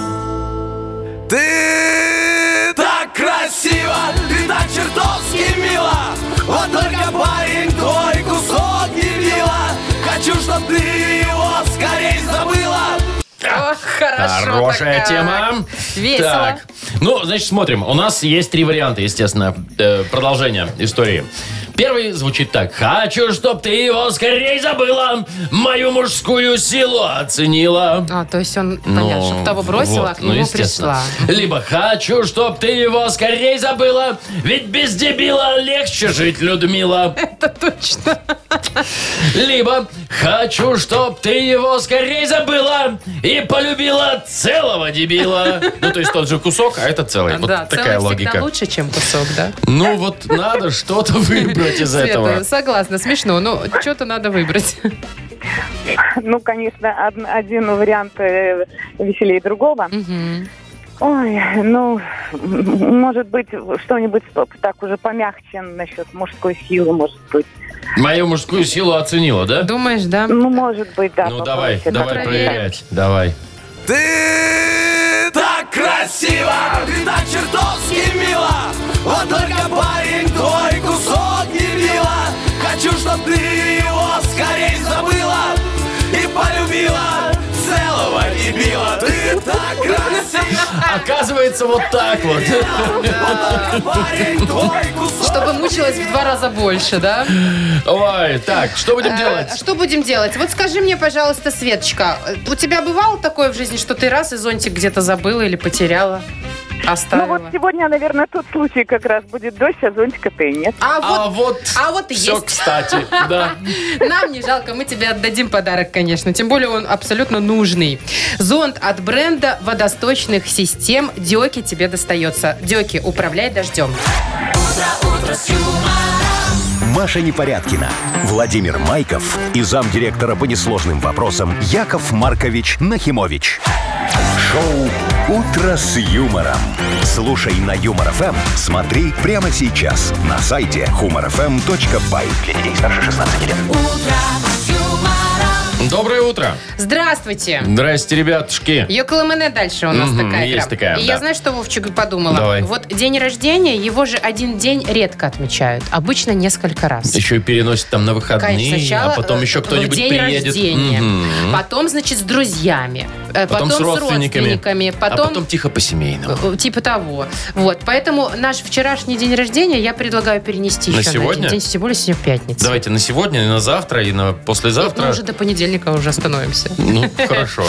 Ты так красива, ты так чертовски мила, вот только парень твой кусок дебила. Хочу, чтоб ты его скорей забыла.
О, хорошо.
Хорошая
так.
тема.
Весело.
Так. Ну, значит, смотрим. У нас есть три варианта, естественно, э, продолжения истории. Первый звучит так. «Хочу, чтоб ты его скорее забыла, мою мужскую силу оценила».
А, то есть он, понятно, чтоб того бросила,
Ну, вот,
а к
ну,
нему
естественно.
пришла.
Либо «Хочу, чтоб ты его скорее забыла, ведь без дебила легче жить, Людмила».
Это точно.
Либо «Хочу, чтоб ты его скорее забыла и полюбила целого дебила». Ну, то есть тот же кусок, а это целый. Вот
да,
такая
целый всегда
логика.
лучше, чем кусок, да?
Ну, вот надо что-то выбрать из
Света,
этого.
согласна, смешно, но что-то надо выбрать.
Ну, конечно, од- один вариант э, веселее другого.
Мгм.
Ой, ну, м, может быть, что-нибудь так уже помягче насчет мужской силы, может быть.
Мою мужскую силу оценила, да?
Думаешь, да?
Ну, может быть, да.
Ну, давай,
попроще, да.
давай
проверим.
проверять. Давай.
Ты так красива, ты так чертовски мила, Вот только парень твой кусок дебила. Хочу, чтоб ты его скорей забыла И полюбила целого дебила. Ты так красива,
Оказывается, вот так вот.
вот только парень твой кусок
Чтобы мучилась в два раза больше, да?
Ой, так, что будем
А,
делать?
Что будем делать? Вот скажи мне, пожалуйста, Светочка, э, у тебя бывало такое в жизни, что ты раз и зонтик где-то забыла или потеряла,
Ну,
оставила?
вот сегодня, наверное, тот случай как раз будет дождь, а зонтика-то и нет.
А
А
вот
вот...
а вот и
Все,
есть.
кстати, да.
нам не жалко, мы тебе отдадим подарок, конечно. Тем более он абсолютно нужный. Зонт от бренда водосточных систем Диоки тебе достается. Диоки, управляй дождем.
Маша Непорядкина, Владимир Майков и замдиректора по несложным вопросам Яков Маркович Нахимович. Шоу «Утро с юмором». Слушай на Юмор ФМ, смотри прямо сейчас на сайте humorfm.by. Для детей старше 16 лет.
Доброе утро.
Здравствуйте.
Здрасте, ребятушки.
Йоколэмэне дальше у нас
Мгм,
такая
есть
игра.
такая,
И
да.
я знаю, что Вовчик подумала.
Давай.
Вот день рождения, его же один день редко отмечают. Обычно несколько раз.
Еще и переносит там на выходные,
Конечно, сначала,
а потом
э,
еще
в
кто-нибудь
день
приедет.
рождения.
Мгм.
Потом, значит, с друзьями. Э,
Потом с родственниками.
родственниками.
А
Потом,
потом тихо по-семейному.
э, типа того. Вот, поэтому наш вчерашний день рождения я предлагаю перенести
На
еще на
сегодня?
один день, тем более сегодня пятница.
Давайте на сегодня, и на завтра, и на
Мы
послезавтра.
уже до понедельника уже остановимся.
Ну, хорошо.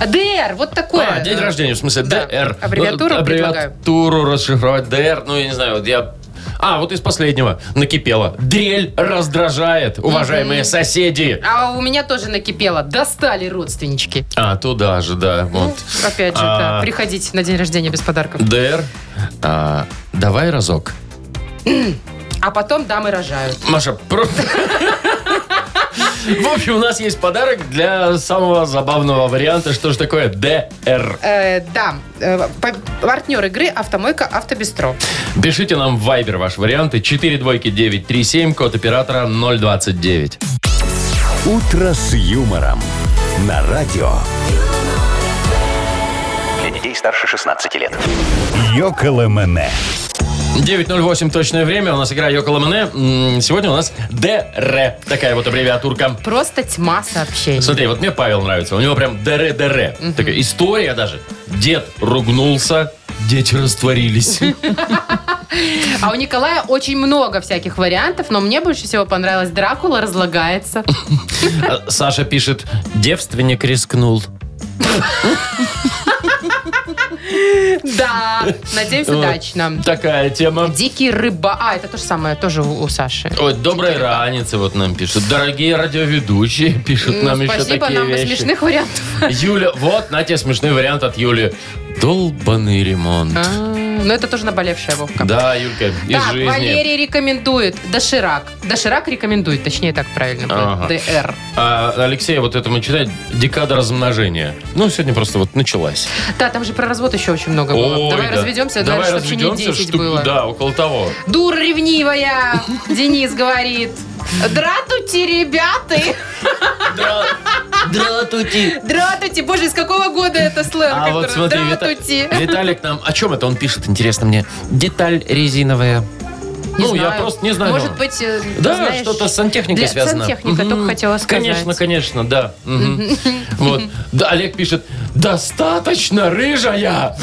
ДР, вот такое.
А, день рождения, в смысле,
э, Да.
ДР.
Аббревиатуру
Ну, Аббревиатуру расшифровать ДР, ну, я не знаю, вот я... А, вот из последнего накипело. Дрель раздражает, уважаемые соседи.
А у меня тоже накипело. Достали родственнички.
А, туда же, да, вот.
Опять же,
А.
да, приходите на день рождения без подарков.
ДР, а, давай разок.
А потом дамы рожают.
Маша, просто... В общем, у нас есть подарок для самого забавного варианта. Что же такое ДР?
Э, да, э, па- партнер игры «Автомойка Автобестро».
Пишите нам в Viber ваш вариант. 4 двойки 937, код оператора 029.
«Утро с юмором» на радио
Для детей старше 16 лет.
«Йоколэмэне».
9.08 точное время. У нас игра Йоколамане. Сегодня у нас ДР. Такая вот аббревиатурка.
Просто тьма сообщений.
Смотри, вот мне Павел нравится. У него прям ДР-ДР. Такая история даже. Дед ругнулся, дети растворились.
А у Николая очень много всяких вариантов, но мне больше всего понравилось «Дракула разлагается».
А Саша пишет, девственник рискнул.
Да, надеюсь,
Вот.
удачно.
Такая тема.
Дикий рыба. А, это то же самое, тоже у у Саши.
Ой, доброй раницы вот нам пишут. Дорогие радиоведущие пишут
Ну,
нам еще
Спасибо,
такие
нам
вещи.
смешных вариантов.
Юля, вот, на тебе смешной вариант от Юли. Долбанный ремонт.
А, Но это тоже наболевшая Вовка.
Да, Юлька, из
так,
жизни.
Валерий рекомендует доширак. Доширак рекомендует, точнее так правильно.
Ага.
будет. ДР.
А, Алексей, вот это мы читаем. Декада размножения. Ну, сегодня просто вот началась.
Да, там же про развод еще очень много было.
Ой,
Давай
да.
разведемся,
Давай
наверное, чтобы не
разведемся,
10
чтоб-
было.
Да, около того.
Дура ревнивая, Денис говорит. Дратути, ребята!
Дратути.
Дратути! Боже, из какого года это сленг?
А вот
который-
смотри, Вита-
Дратути!
Виталик нам... О чем это он пишет, интересно мне? Деталь резиновая.
Не
ну, я
знаю.
просто не знаю.
Может
но-
быть, э,
Да,
знаешь,
что-то с сантехникой
для
связано.
сантехника, только
Мгм.
хотела сказать.
Конечно, конечно, да. Мгм. Вот. Да, Олег пишет, достаточно рыжая.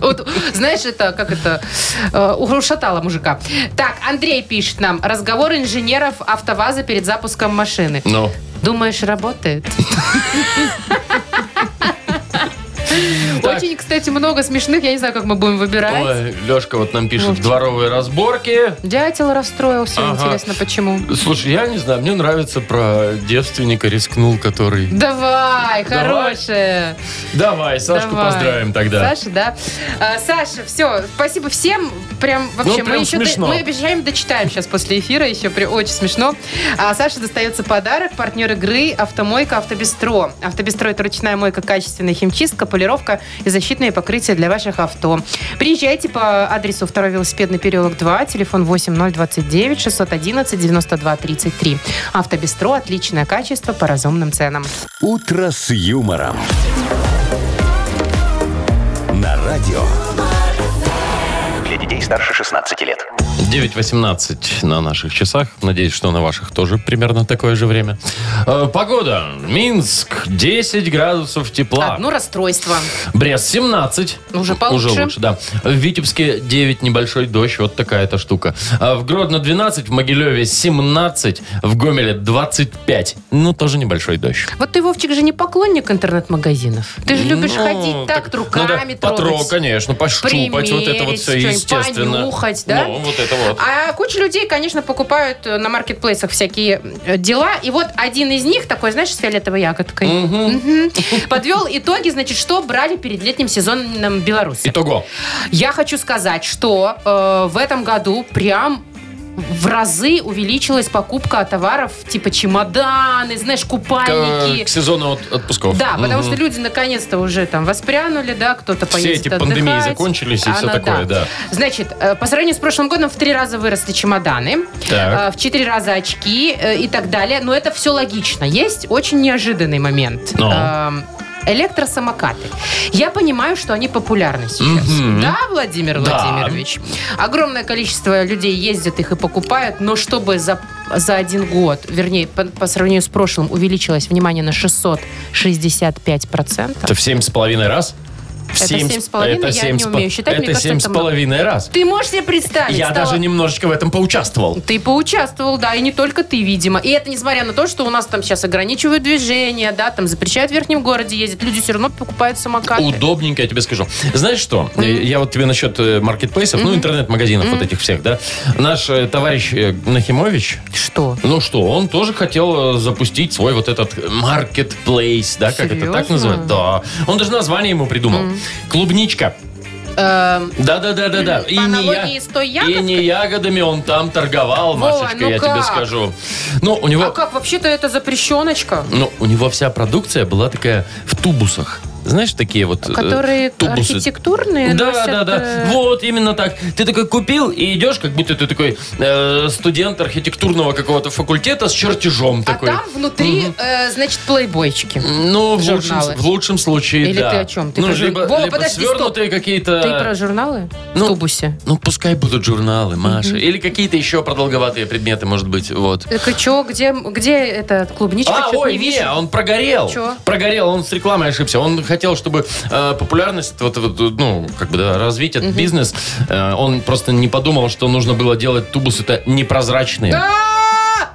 Вот, знаешь, это как это э, ушатало мужика. Так, Андрей пишет нам: разговор инженеров автоваза перед запуском машины.
Ну,
Думаешь, работает?
Так.
Очень, кстати, много смешных. Я не знаю, как мы будем выбирать.
ой, Лешка вот нам пишет,
Вовчик.
дворовые разборки.
Дятел расстроился.
Ага.
Интересно, почему?
Слушай, я не знаю, мне нравится про девственника рискнул, который...
Давай,
Давай.
хорошее.
Давай, Сашку
Давай.
поздравим тогда.
Саша, да. А, Саша, все, спасибо всем. Прям вообще
Ну, прям
мы еще до-
смешно.
мы обещаем дочитаем сейчас после эфира, еще при- очень смешно. А, Саше достается подарок, партнер игры «Автомойка Автобестро». «Автобестро» — это ручная мойка, качественная химчистка, полировка и защитные покрытия для ваших авто. Приезжайте по адресу 2 велосипедный переулок 2, телефон 8029 611 92 33. «Автобестро» — отличное качество по разумным ценам.
«Утро с юмором». На радио.
Для детей старше 16 лет.
9.18 на наших часах. Надеюсь, что на ваших тоже примерно такое же время. Э, Погода. Минск 10 градусов тепла.
Одно расстройство.
Брест 17.
Ну, уже получше.
Уже лучше, да. В Витебске 9, небольшой дождь, вот такая-то штука. А в Гродно 12, в Могилеве 17, в Гомеле 25. Ну, тоже небольшой дождь.
Вот ты, Вовчик, же не поклонник интернет-магазинов. Ты же любишь
Ну,
ходить так, руками
ну да, потрогать,
трогать.
конечно, пощупать, вот это вот
примерить
все,
что-нибудь,
естественно.
понюхать, да?
Ну, вот это вот.
А куча людей, конечно, покупают э, на маркетплейсах всякие э, дела. И вот один из них, такой, знаешь, с фиолетовой ягодкой, Мгм. подвел итоги, значит, что брали перед летним сезоном белорусы.
Итого.
Я хочу сказать, что э, в этом году прям в разы увеличилась покупка товаров типа чемоданы, знаешь,
К,
купальники.
к сезону от- отпусков.
А Да, потому
Мгм.
что люди наконец-то уже там воспрянули, да, кто-то
Все
поедет
эти пандемии
отдыхать.
закончились и все
Она-
такое, да.
Значит, э, по сравнению с прошлым годом в три раза выросли чемоданы,
Так.
э, в четыре раза очки э, и так далее. Но это все логично. Есть очень неожиданный момент.
Ну.
Эм, Электросамокаты. Я понимаю, что они популярны сейчас.
Мгм.
Да, Владимир
Да.
Владимирович? Огромное количество людей ездят их и покупают, но чтобы за, за один год, вернее, по, по сравнению с прошлым, увеличилось, внимание, на 665%.
Это в семь с половиной раз? В
Это
семь
семь с половиной,
это
я
семь
не
с по-
умею считать, мне
Это
кажется,
семь с
это много.
половиной раз.
Ты можешь себе представить?
Я
стало-
даже немножечко в этом поучаствовал.
Ты поучаствовал, да, и не только ты, видимо. И это несмотря на то, что у нас там сейчас ограничивают движение, да, там запрещают в верхнем городе ездить, люди все равно покупают самокаты.
Удобненько, я тебе скажу. Знаешь что? Э, Я вот тебе насчет э, маркетплейсов, ну, интернет-магазинов вот этих всех, да. Наш э, товарищ э, Нахимович,
Что?
ну что, он тоже хотел э, запустить свой вот этот маркетплейс, да, как это так
Серьезно?
называют? Да. Он даже название ему придумал. Клубничка.
Эм,
Да-да-да-да-да.
По аналогии
я-
с той
И
ягодкой?
не ягодами он там торговал,
Вова,
Машечка,
ну
я тебе
как?
скажу. Ну, у него...
А как? Вообще-то это запрещеночка.
Ну, у него вся продукция была такая в тубусах. Знаешь, такие вот... э,
Которые
тубусы.
архитектурные
Да,
носят,
да, да.
э,
Вот, именно так. Ты такой купил и идешь, как будто ты такой э, студент архитектурного какого-то факультета с чертежом
А
такой.
там внутри, э, значит, плейбойчики.
Ну, в лучшем,
журналы.
в лучшем случае,
Или
да.
ты о чем? Ты
ну,
про жур-
либо,
Вова,
либо
подожди, стоп.
свернутые какие-то...
Ты про журналы
Ну,
в тубусе?
Ну, пускай будут журналы, Маша. Или какие-то еще продолговатые предметы, может быть, вот.
Так и Э, чё, где, где эта клубничка?
А,
Чё-то
ой,
не
не,
вижу.
он прогорел.
Чё?
Прогорел, он с рекламой ошибся. Он хотел, чтобы э, популярность, вот, вот, ну, как бы, да, развить этот бизнес. Э, он просто не подумал, что нужно было делать тубусы-то непрозрачные. А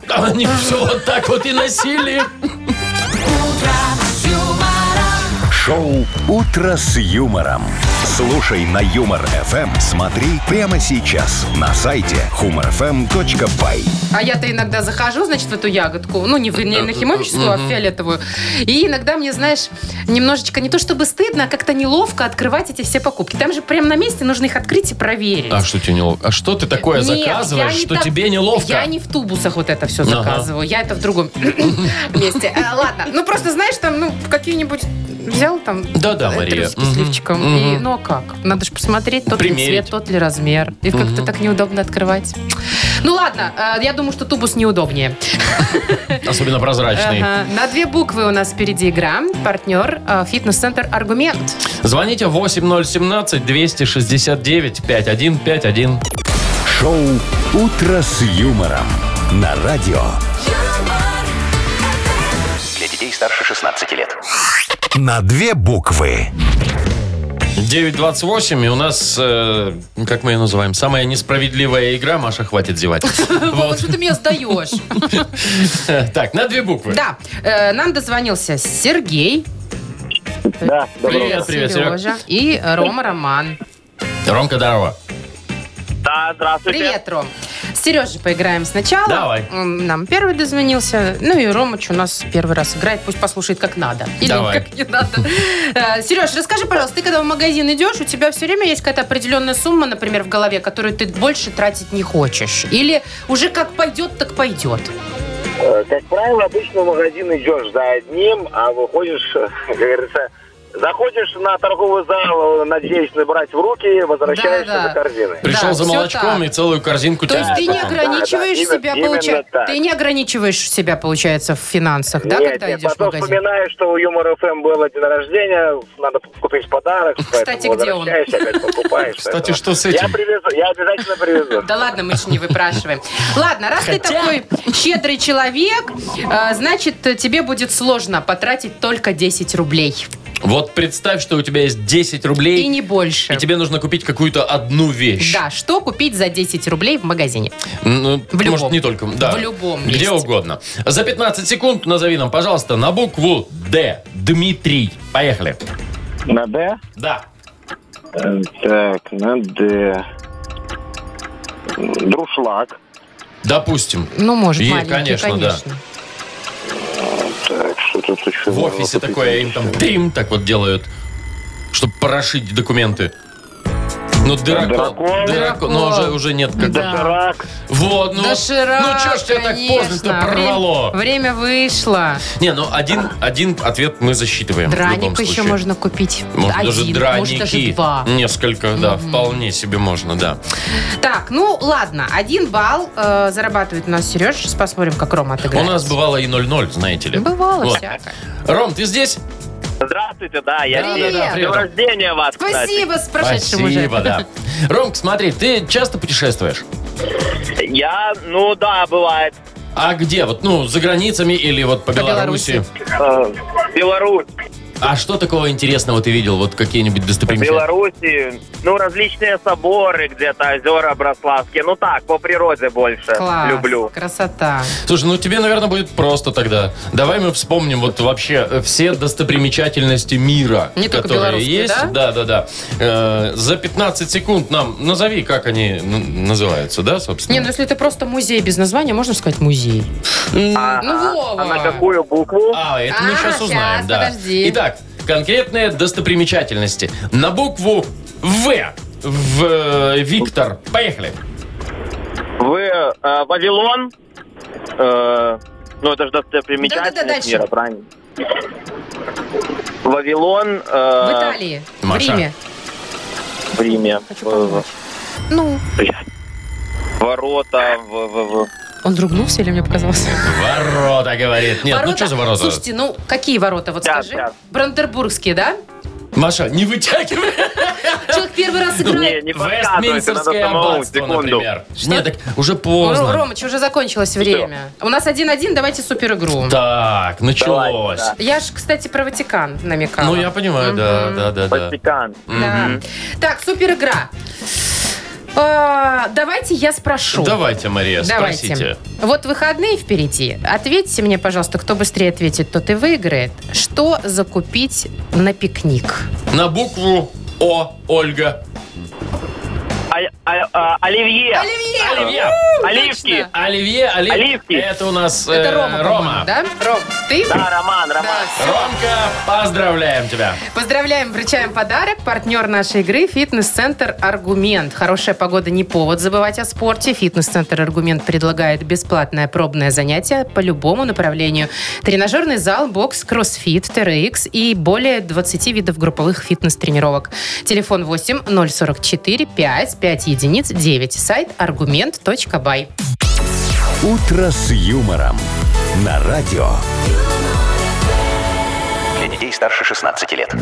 Они все вот так вот и носили.
Шоу «Утро с юмором». Слушай на Юмор ФМ. Смотри прямо сейчас на сайте humorfm.by.
А я-то иногда захожу, значит, в эту ягодку, ну, не в не на химовическую, а в фиолетовую. И иногда мне, знаешь, немножечко не то чтобы стыдно, а как-то неловко открывать эти все покупки. Там же прямо на месте нужно их открыть и проверить.
А что тебе неловко? А что ты такое
Нет,
заказываешь,
я не
что
так-
тебе неловко?
Я не в тубусах вот это все
Ага.
заказываю. Я это в другом месте. Э, Ладно. Ну, просто, знаешь, там, ну, какие-нибудь взял там
Да-да,
э,
Мария.
трусики
Мгм.
с лифчиком.
Мгм.
И, ну, а как? Надо же посмотреть, тот ли
Примерить.
цвет, тот ли размер. И как-то так неудобно открывать. Ну, ладно. э, Я думаю, что тубус неудобнее.
Особенно прозрачный.
Ага. На две буквы у нас впереди игра. Партнер э, фитнес-центр «Аргумент».
Звоните 8017-269-5151.
Шоу «Утро с юмором» на радио.
Для детей старше 16 лет.
На две буквы.
9.28, и у нас, э, как мы ее называем, самая несправедливая игра. Маша, хватит зевать.
Вова,
Вот.
что ты меня сдаешь?
Так, на две буквы.
Да. э, Нам дозвонился Сергей.
Да, доброе
Привет, привет, Серег.
Сережа. И э, Рома Роман.
Ромка, здорово.
Да, здравствуйте.
Привет, Ром. С Сережей поиграем сначала.
Давай.
Он Нам первый дозвонился. Ну и Ромыч у нас первый раз играет. Пусть послушает, как надо. Или
Давай.
как не надо. Э, Сереж, расскажи, пожалуйста, ты когда в магазин идешь, у тебя все время есть какая-то определенная сумма, например, в голове, которую ты больше тратить не хочешь? Или уже как пойдет, так пойдет?
Э, Как правило, обычно в магазин идешь за одним, а выходишь, как говорится, заходишь на торговый зал, надеясь набрать в руки, возвращаешься
Да-да.
за корзиной.
Пришел
Да,
за
всё
молочком
так.
и целую корзинку
То есть
тянет
ты не
потом.
ограничиваешь
Да, да,
себя,
именно-
получается,
именно так.
ты не ограничиваешь себя, получается, в финансах, да,
Нет,
когда
нет,
идешь в
потом
магазин?
вспоминаю, что у Юмор ФМ было день рождения, надо купить подарок,
Кстати,
поэтому
где он?
возвращаешься, опять покупаешь.
Кстати,
поэтому.
что с
Я
этим?
привезу, я обязательно привезу.
Да ладно, мы ж не выпрашиваем. Ладно, раз ты такой щедрый человек, э, значит, э, тебе будет сложно потратить только 10 рублей.
Вот представь, что у тебя есть 10 рублей,
И не больше.
и тебе нужно купить какую-то одну вещь.
Да, что купить за 10 рублей в магазине?
Ну,
В любом.
Может, не только. Да.
В любом
Где
месте.
угодно. За 15 секунд назови нам, пожалуйста, на букву «Д». Дмитрий. Поехали.
На Д?
Да.
Э,
Так, на Д. Друшлаг.
Допустим.
Ну, может,
И,
маленький,
конечно, да.
Так, что тут еще?
В офисе такое, им там «Трим» так вот делают, чтобы порошить документы. Ну, дырокол.
Дырокол.
Дырокол. Но уже, уже нет как
Да.
Доширак.
Вот, ну,
Доширак,
ну чё ж тебя так
конечно. а
поздно-то прорвало?
Время, время вышло.
Не, ну один, один ответ мы засчитываем. в любом
Драник еще
случае.
можно купить.
Может, даже
Один,
драники.
может, даже два.
Несколько, да, вполне себе можно, да.
Так, ну ладно, один балл э, зарабатывает у нас Сереж. Сейчас посмотрим, как Рома
У
отыграет.
нас бывало и 0-0, знаете ли.
Бывало
Вот.
всякое.
Ром, ты здесь?
Здравствуйте, да, я
Да,
здесь.
да, да,
С
привет.
днем рождения вас, кстати.
Спасибо, с прошедшим уже.
Спасибо, да. Ромк, смотри, ты часто путешествуешь?
Я, ну да, бывает.
А где? Вот, ну, за границами или вот по,
По
Беларуси?
Беларуси.
А.
Э, Беларусь,
А что такого интересного ты видел? Вот какие-нибудь достопримечательности?
Беларуси, ну различные соборы где-то, озера Брославские. Ну так, по природе больше
Класс,
люблю.
красота.
Слушай, ну тебе, наверное, будет просто тогда. Давай мы вспомним вот вообще э, все достопримечательности мира,
Не только
которые
белорусские,
есть. Да,
да?
да, да. Э, за 15 секунд нам назови, как они н- называются, да, собственно?
Не, ну если это просто музей без названия, можно сказать музей.
А,
Ну,
а-
Вова!
а на какую букву?
А, это мы
А,
сейчас
щас,
узнаем, да.
подожди.
Итак, конкретные достопримечательности. На букву В. В э, Виктор. Поехали.
Вы э, Вавилон? Э, ну это же достопримечательность
Да-да-да, дальше.
мира, правильно? Вавилон, э,
В Италии,
А, Маша.
в Риме.
в Риме. Э,
Ну,
Ворота в, в- в-
он ругнулся или мне показалось?
Ворота, говорит. Нет, ну что за ворота?
Слушайте, ну какие ворота, вот
Щас,
скажи.
щас.
Брандербургские, да?
Маша, не вытягивай.
Человек первый
Ну,
раз
Не,
играет.
не подсказывайте, надо
Вестминстерское
самому,
аббатство,
секунду.
например. Нет, так уже поздно.
Ро- Ромыч, уже закончилось время. У нас один-один, давайте супер игру.
Так, началось.
Давай,
Я ж, кстати, про Ватикан намекала.
Ну, я понимаю, да, да, да, да.
Ватикан.
Да. Так, супер игра. А, давайте я спрошу.
Давайте, Мария,
Давайте.
спросите.
Вот выходные впереди. Ответьте мне, пожалуйста, кто быстрее ответит, тот и выиграет. Что закупить на пикник?
На букву О, Ольга.
А,
Оливье.
Оливье.
Оливки.
Оливье, оливки.
Оливки.
Это у нас
Это
э,
Рома, по-моему,
Рома.
да? Ром, ты?
Да, А, Роман, Роман.
Ромка, поздравляем тебя.
Поздравляем, вручаем подарок. Партнер нашей игры – фитнес-центр «Аргумент». Хорошая погода не повод забывать о спорте. Фитнес-центр «Аргумент» предлагает бесплатное пробное занятие по любому направлению. Тренажерный зал, бокс, кроссфит, TRX и более 20 видов групповых фитнес-тренировок. Телефон 8 044 5 5 единиц 9. Сайт argument.by.
«Утро с юмором» на радио.
Для детей старше 16 лет.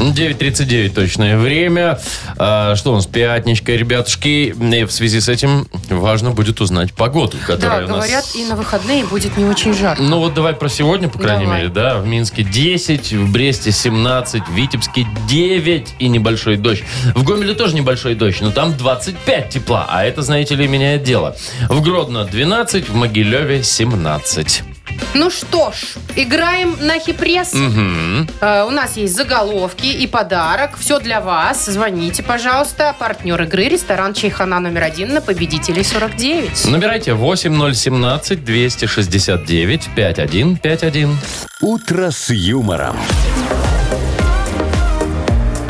9.39 точное время. А, что у нас, пятничка, ребятушки. И в связи с этим важно будет узнать погоду,
Да,
которая у нас...
говорят, и на выходные будет не очень жарко.
Ну вот давай про сегодня, по крайней
Давай.
мере, да. В Минске 10, в Бресте 17, в Витебске 9 и небольшой дождь. В Гомеле тоже небольшой дождь, но там 25 тепла, а это, знаете ли, меняет дело. В Гродно 12, в Могилеве 17.
Ну что ж, играем на хипресс.
Мгм.
Э, У нас есть заголовки и подарок. Все для вас. Звоните, пожалуйста. Партнер игры ресторан Чайхана номер один на победителей 49.
Набирайте 8017 269 5151.
«Утро с юмором».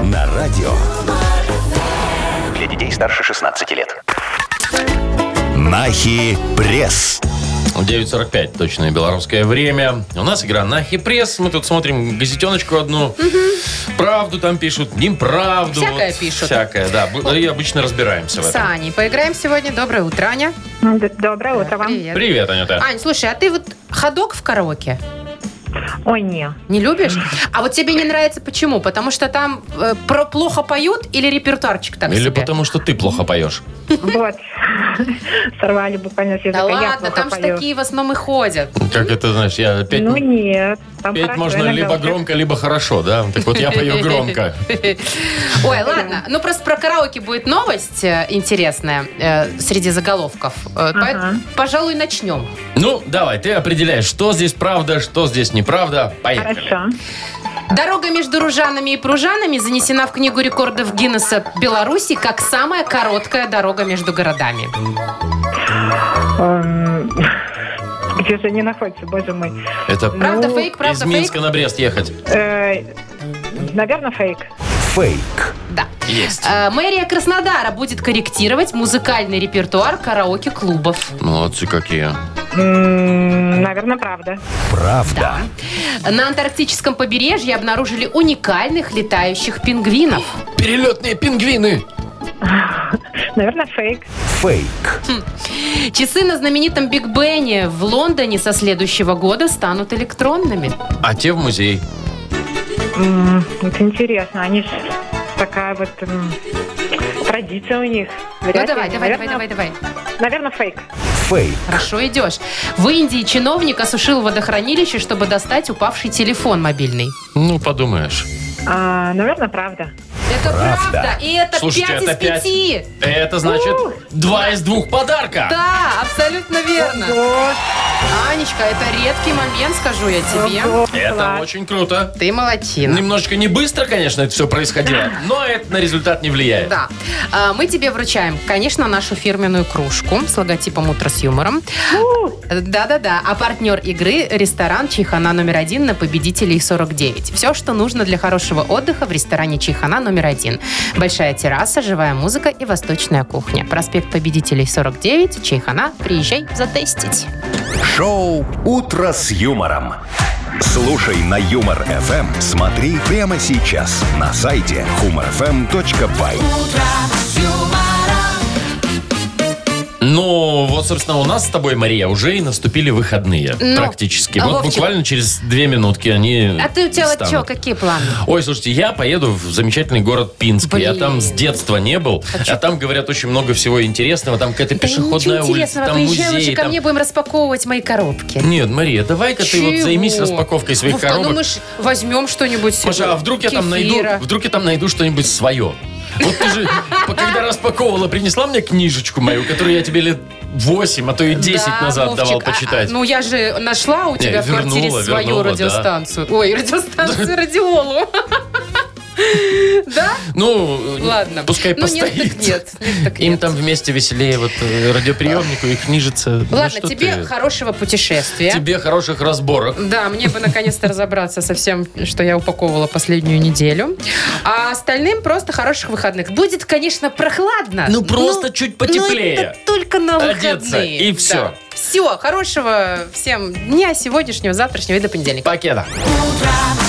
На радио.
Для детей старше 16 лет.
Нахи пресс.
9.45 точное белорусское время. У нас игра на хипресс. Мы тут смотрим газетеночку одну. Правду там пишут, неправду.
Всякое пишут.
Всякое, да. Бу- И обычно разбираемся в
С
этом.
Аней поиграем сегодня. Доброе утро, Аня.
Ну, Доброе утро вам.
Привет.
Привет, Анюта.
Ань, слушай, а ты вот ходок в караоке
Ой, не.
не любишь? А вот тебе не нравится почему? Потому что там э, про плохо поют или репертуарчик так
Или
себе?
потому что ты плохо поешь.
Вот. Сорвали буквально с
Да
языка. Я
ладно,
плохо
там же
пою.
такие в основном и ходят.
Как это, знаешь, я петь,
Ну нет. Там
петь
хорошо
можно
иногда
либо
вот так.
громко, либо хорошо, да? Так вот я пою громко.
Ой, ладно. Ну, просто про караоке будет новость э, интересная э, среди заголовков. Э, поэтому, Пожалуй, начнем.
Ну, давай, ты определяешь, что здесь правда, что здесь неправда. Поехали.
Хорошо.
Дорога между Ружанами и Пружанами занесена в Книгу рекордов Гиннесса Беларуси как самая короткая дорога между городами.
Эм, Где же они находятся, боже мой.
Это
Правда
Ну,
фейк,
из
правда фейк?
Минска на Брест ехать.
Э, Наверное, фейк.
Фейк.
Да.
Есть.
Э, Мэрия Краснодара будет корректировать музыкальный репертуар караоке-клубов.
Молодцы какие.
М, Наверное, правда.
Правда.
На антарктическом побережье обнаружили уникальных летающих пингвинов.
Перелетные пингвины.
Наверное, фейк.
Фейк.
Часы на знаменитом Биг Бене в Лондоне со следующего года станут электронными. Ну,
А те в музей.
М, Это интересно. Они ж такая вот м, традиция у них. Вряд
ну
ли.
давай, давай,
Наверное,
давай, давай, давай.
Наверное, фейк.
Фейк.
Хорошо идешь. В Индии чиновник осушил водохранилище, чтобы достать упавший телефон мобильный.
Ну, подумаешь.
А, Наверное, правда.
Это правда. И это
Слушайте,
5
это
из 5.
Это значит два из двух подарка.
Да, абсолютно верно. Анечка, это редкий момент, скажу я тебе.
Это очень круто.
Ты молодчина.
Немножечко не быстро, конечно, это все происходило, но это на результат не влияет.
Да. А, Мы тебе вручаем, конечно, нашу фирменную кружку с логотипом «Утро с юмором». Да-да-да. А партнер игры – ресторан «Чайхана номер один» на победителей 49. Все, что нужно для хорошего отдыха в ресторане «Чайхана номер один». Большая терраса, живая музыка и восточная кухня. Проспект победителей 49, «Чайхана». Приезжай затестить.
Шоу «Утро с юмором». Слушай на Юмор Эм. ФМ. Смотри прямо сейчас на сайте humorfm.by.
Ну, вот, собственно, у нас с тобой, Мария, уже и наступили выходные
Ну,
практически.
а
Вот
Вовчик?
буквально через две минутки они
А ты у тебя вот
станут.
что, какие планы?
Ой, слушайте, я поеду в замечательный город Пинск. Я
Блин.
там с детства не был. А там, говорят, очень много всего интересного. Там какая-то
Да ничего
пешеходная улица,
интересного,
там
приезжай лучше
музей.
ко
там-
мне, будем распаковывать мои коробки.
Нет, Мария, давай-ка ты вот
Чего? Ну,
займись распаковкой своих
Вовка,
коробок.
Ну мы ж возьмем что-нибудь.
Слушай, а вдруг я там найду,
кефира.
вдруг я там найду что-нибудь свое? Вот ты же, по- когда распаковывала, принесла мне книжечку мою, которую я тебе лет 8, а то и 10
Да,
назад
Вовчик,
давал
а-
почитать.
а, ну, я же нашла у
Не,
тебя в
вернула,
квартире свою
вернула, да.
радиостанцию. Ой, радиостанцию, радиолу. Да?
Ну,
Ладно.
пускай
Ну, нет,
постоит.
так нет. Нет, так
Им
нет.
там вместе веселее, вот э, радиоприемнику и книжица. Ну,
Ладно,
что
тебе
ты?
хорошего путешествия.
Тебе хороших разборок.
Да, мне бы наконец-то разобраться со всем, что я упаковывала последнюю неделю. А остальным просто хороших выходных. Будет, конечно, прохладно.
Ну, просто чуть потеплее.
ну, это только на выходные.
Одеться, и всё.
Все, хорошего всем дня сегодняшнего, завтрашнего и до понедельника.
Пакета.
Утро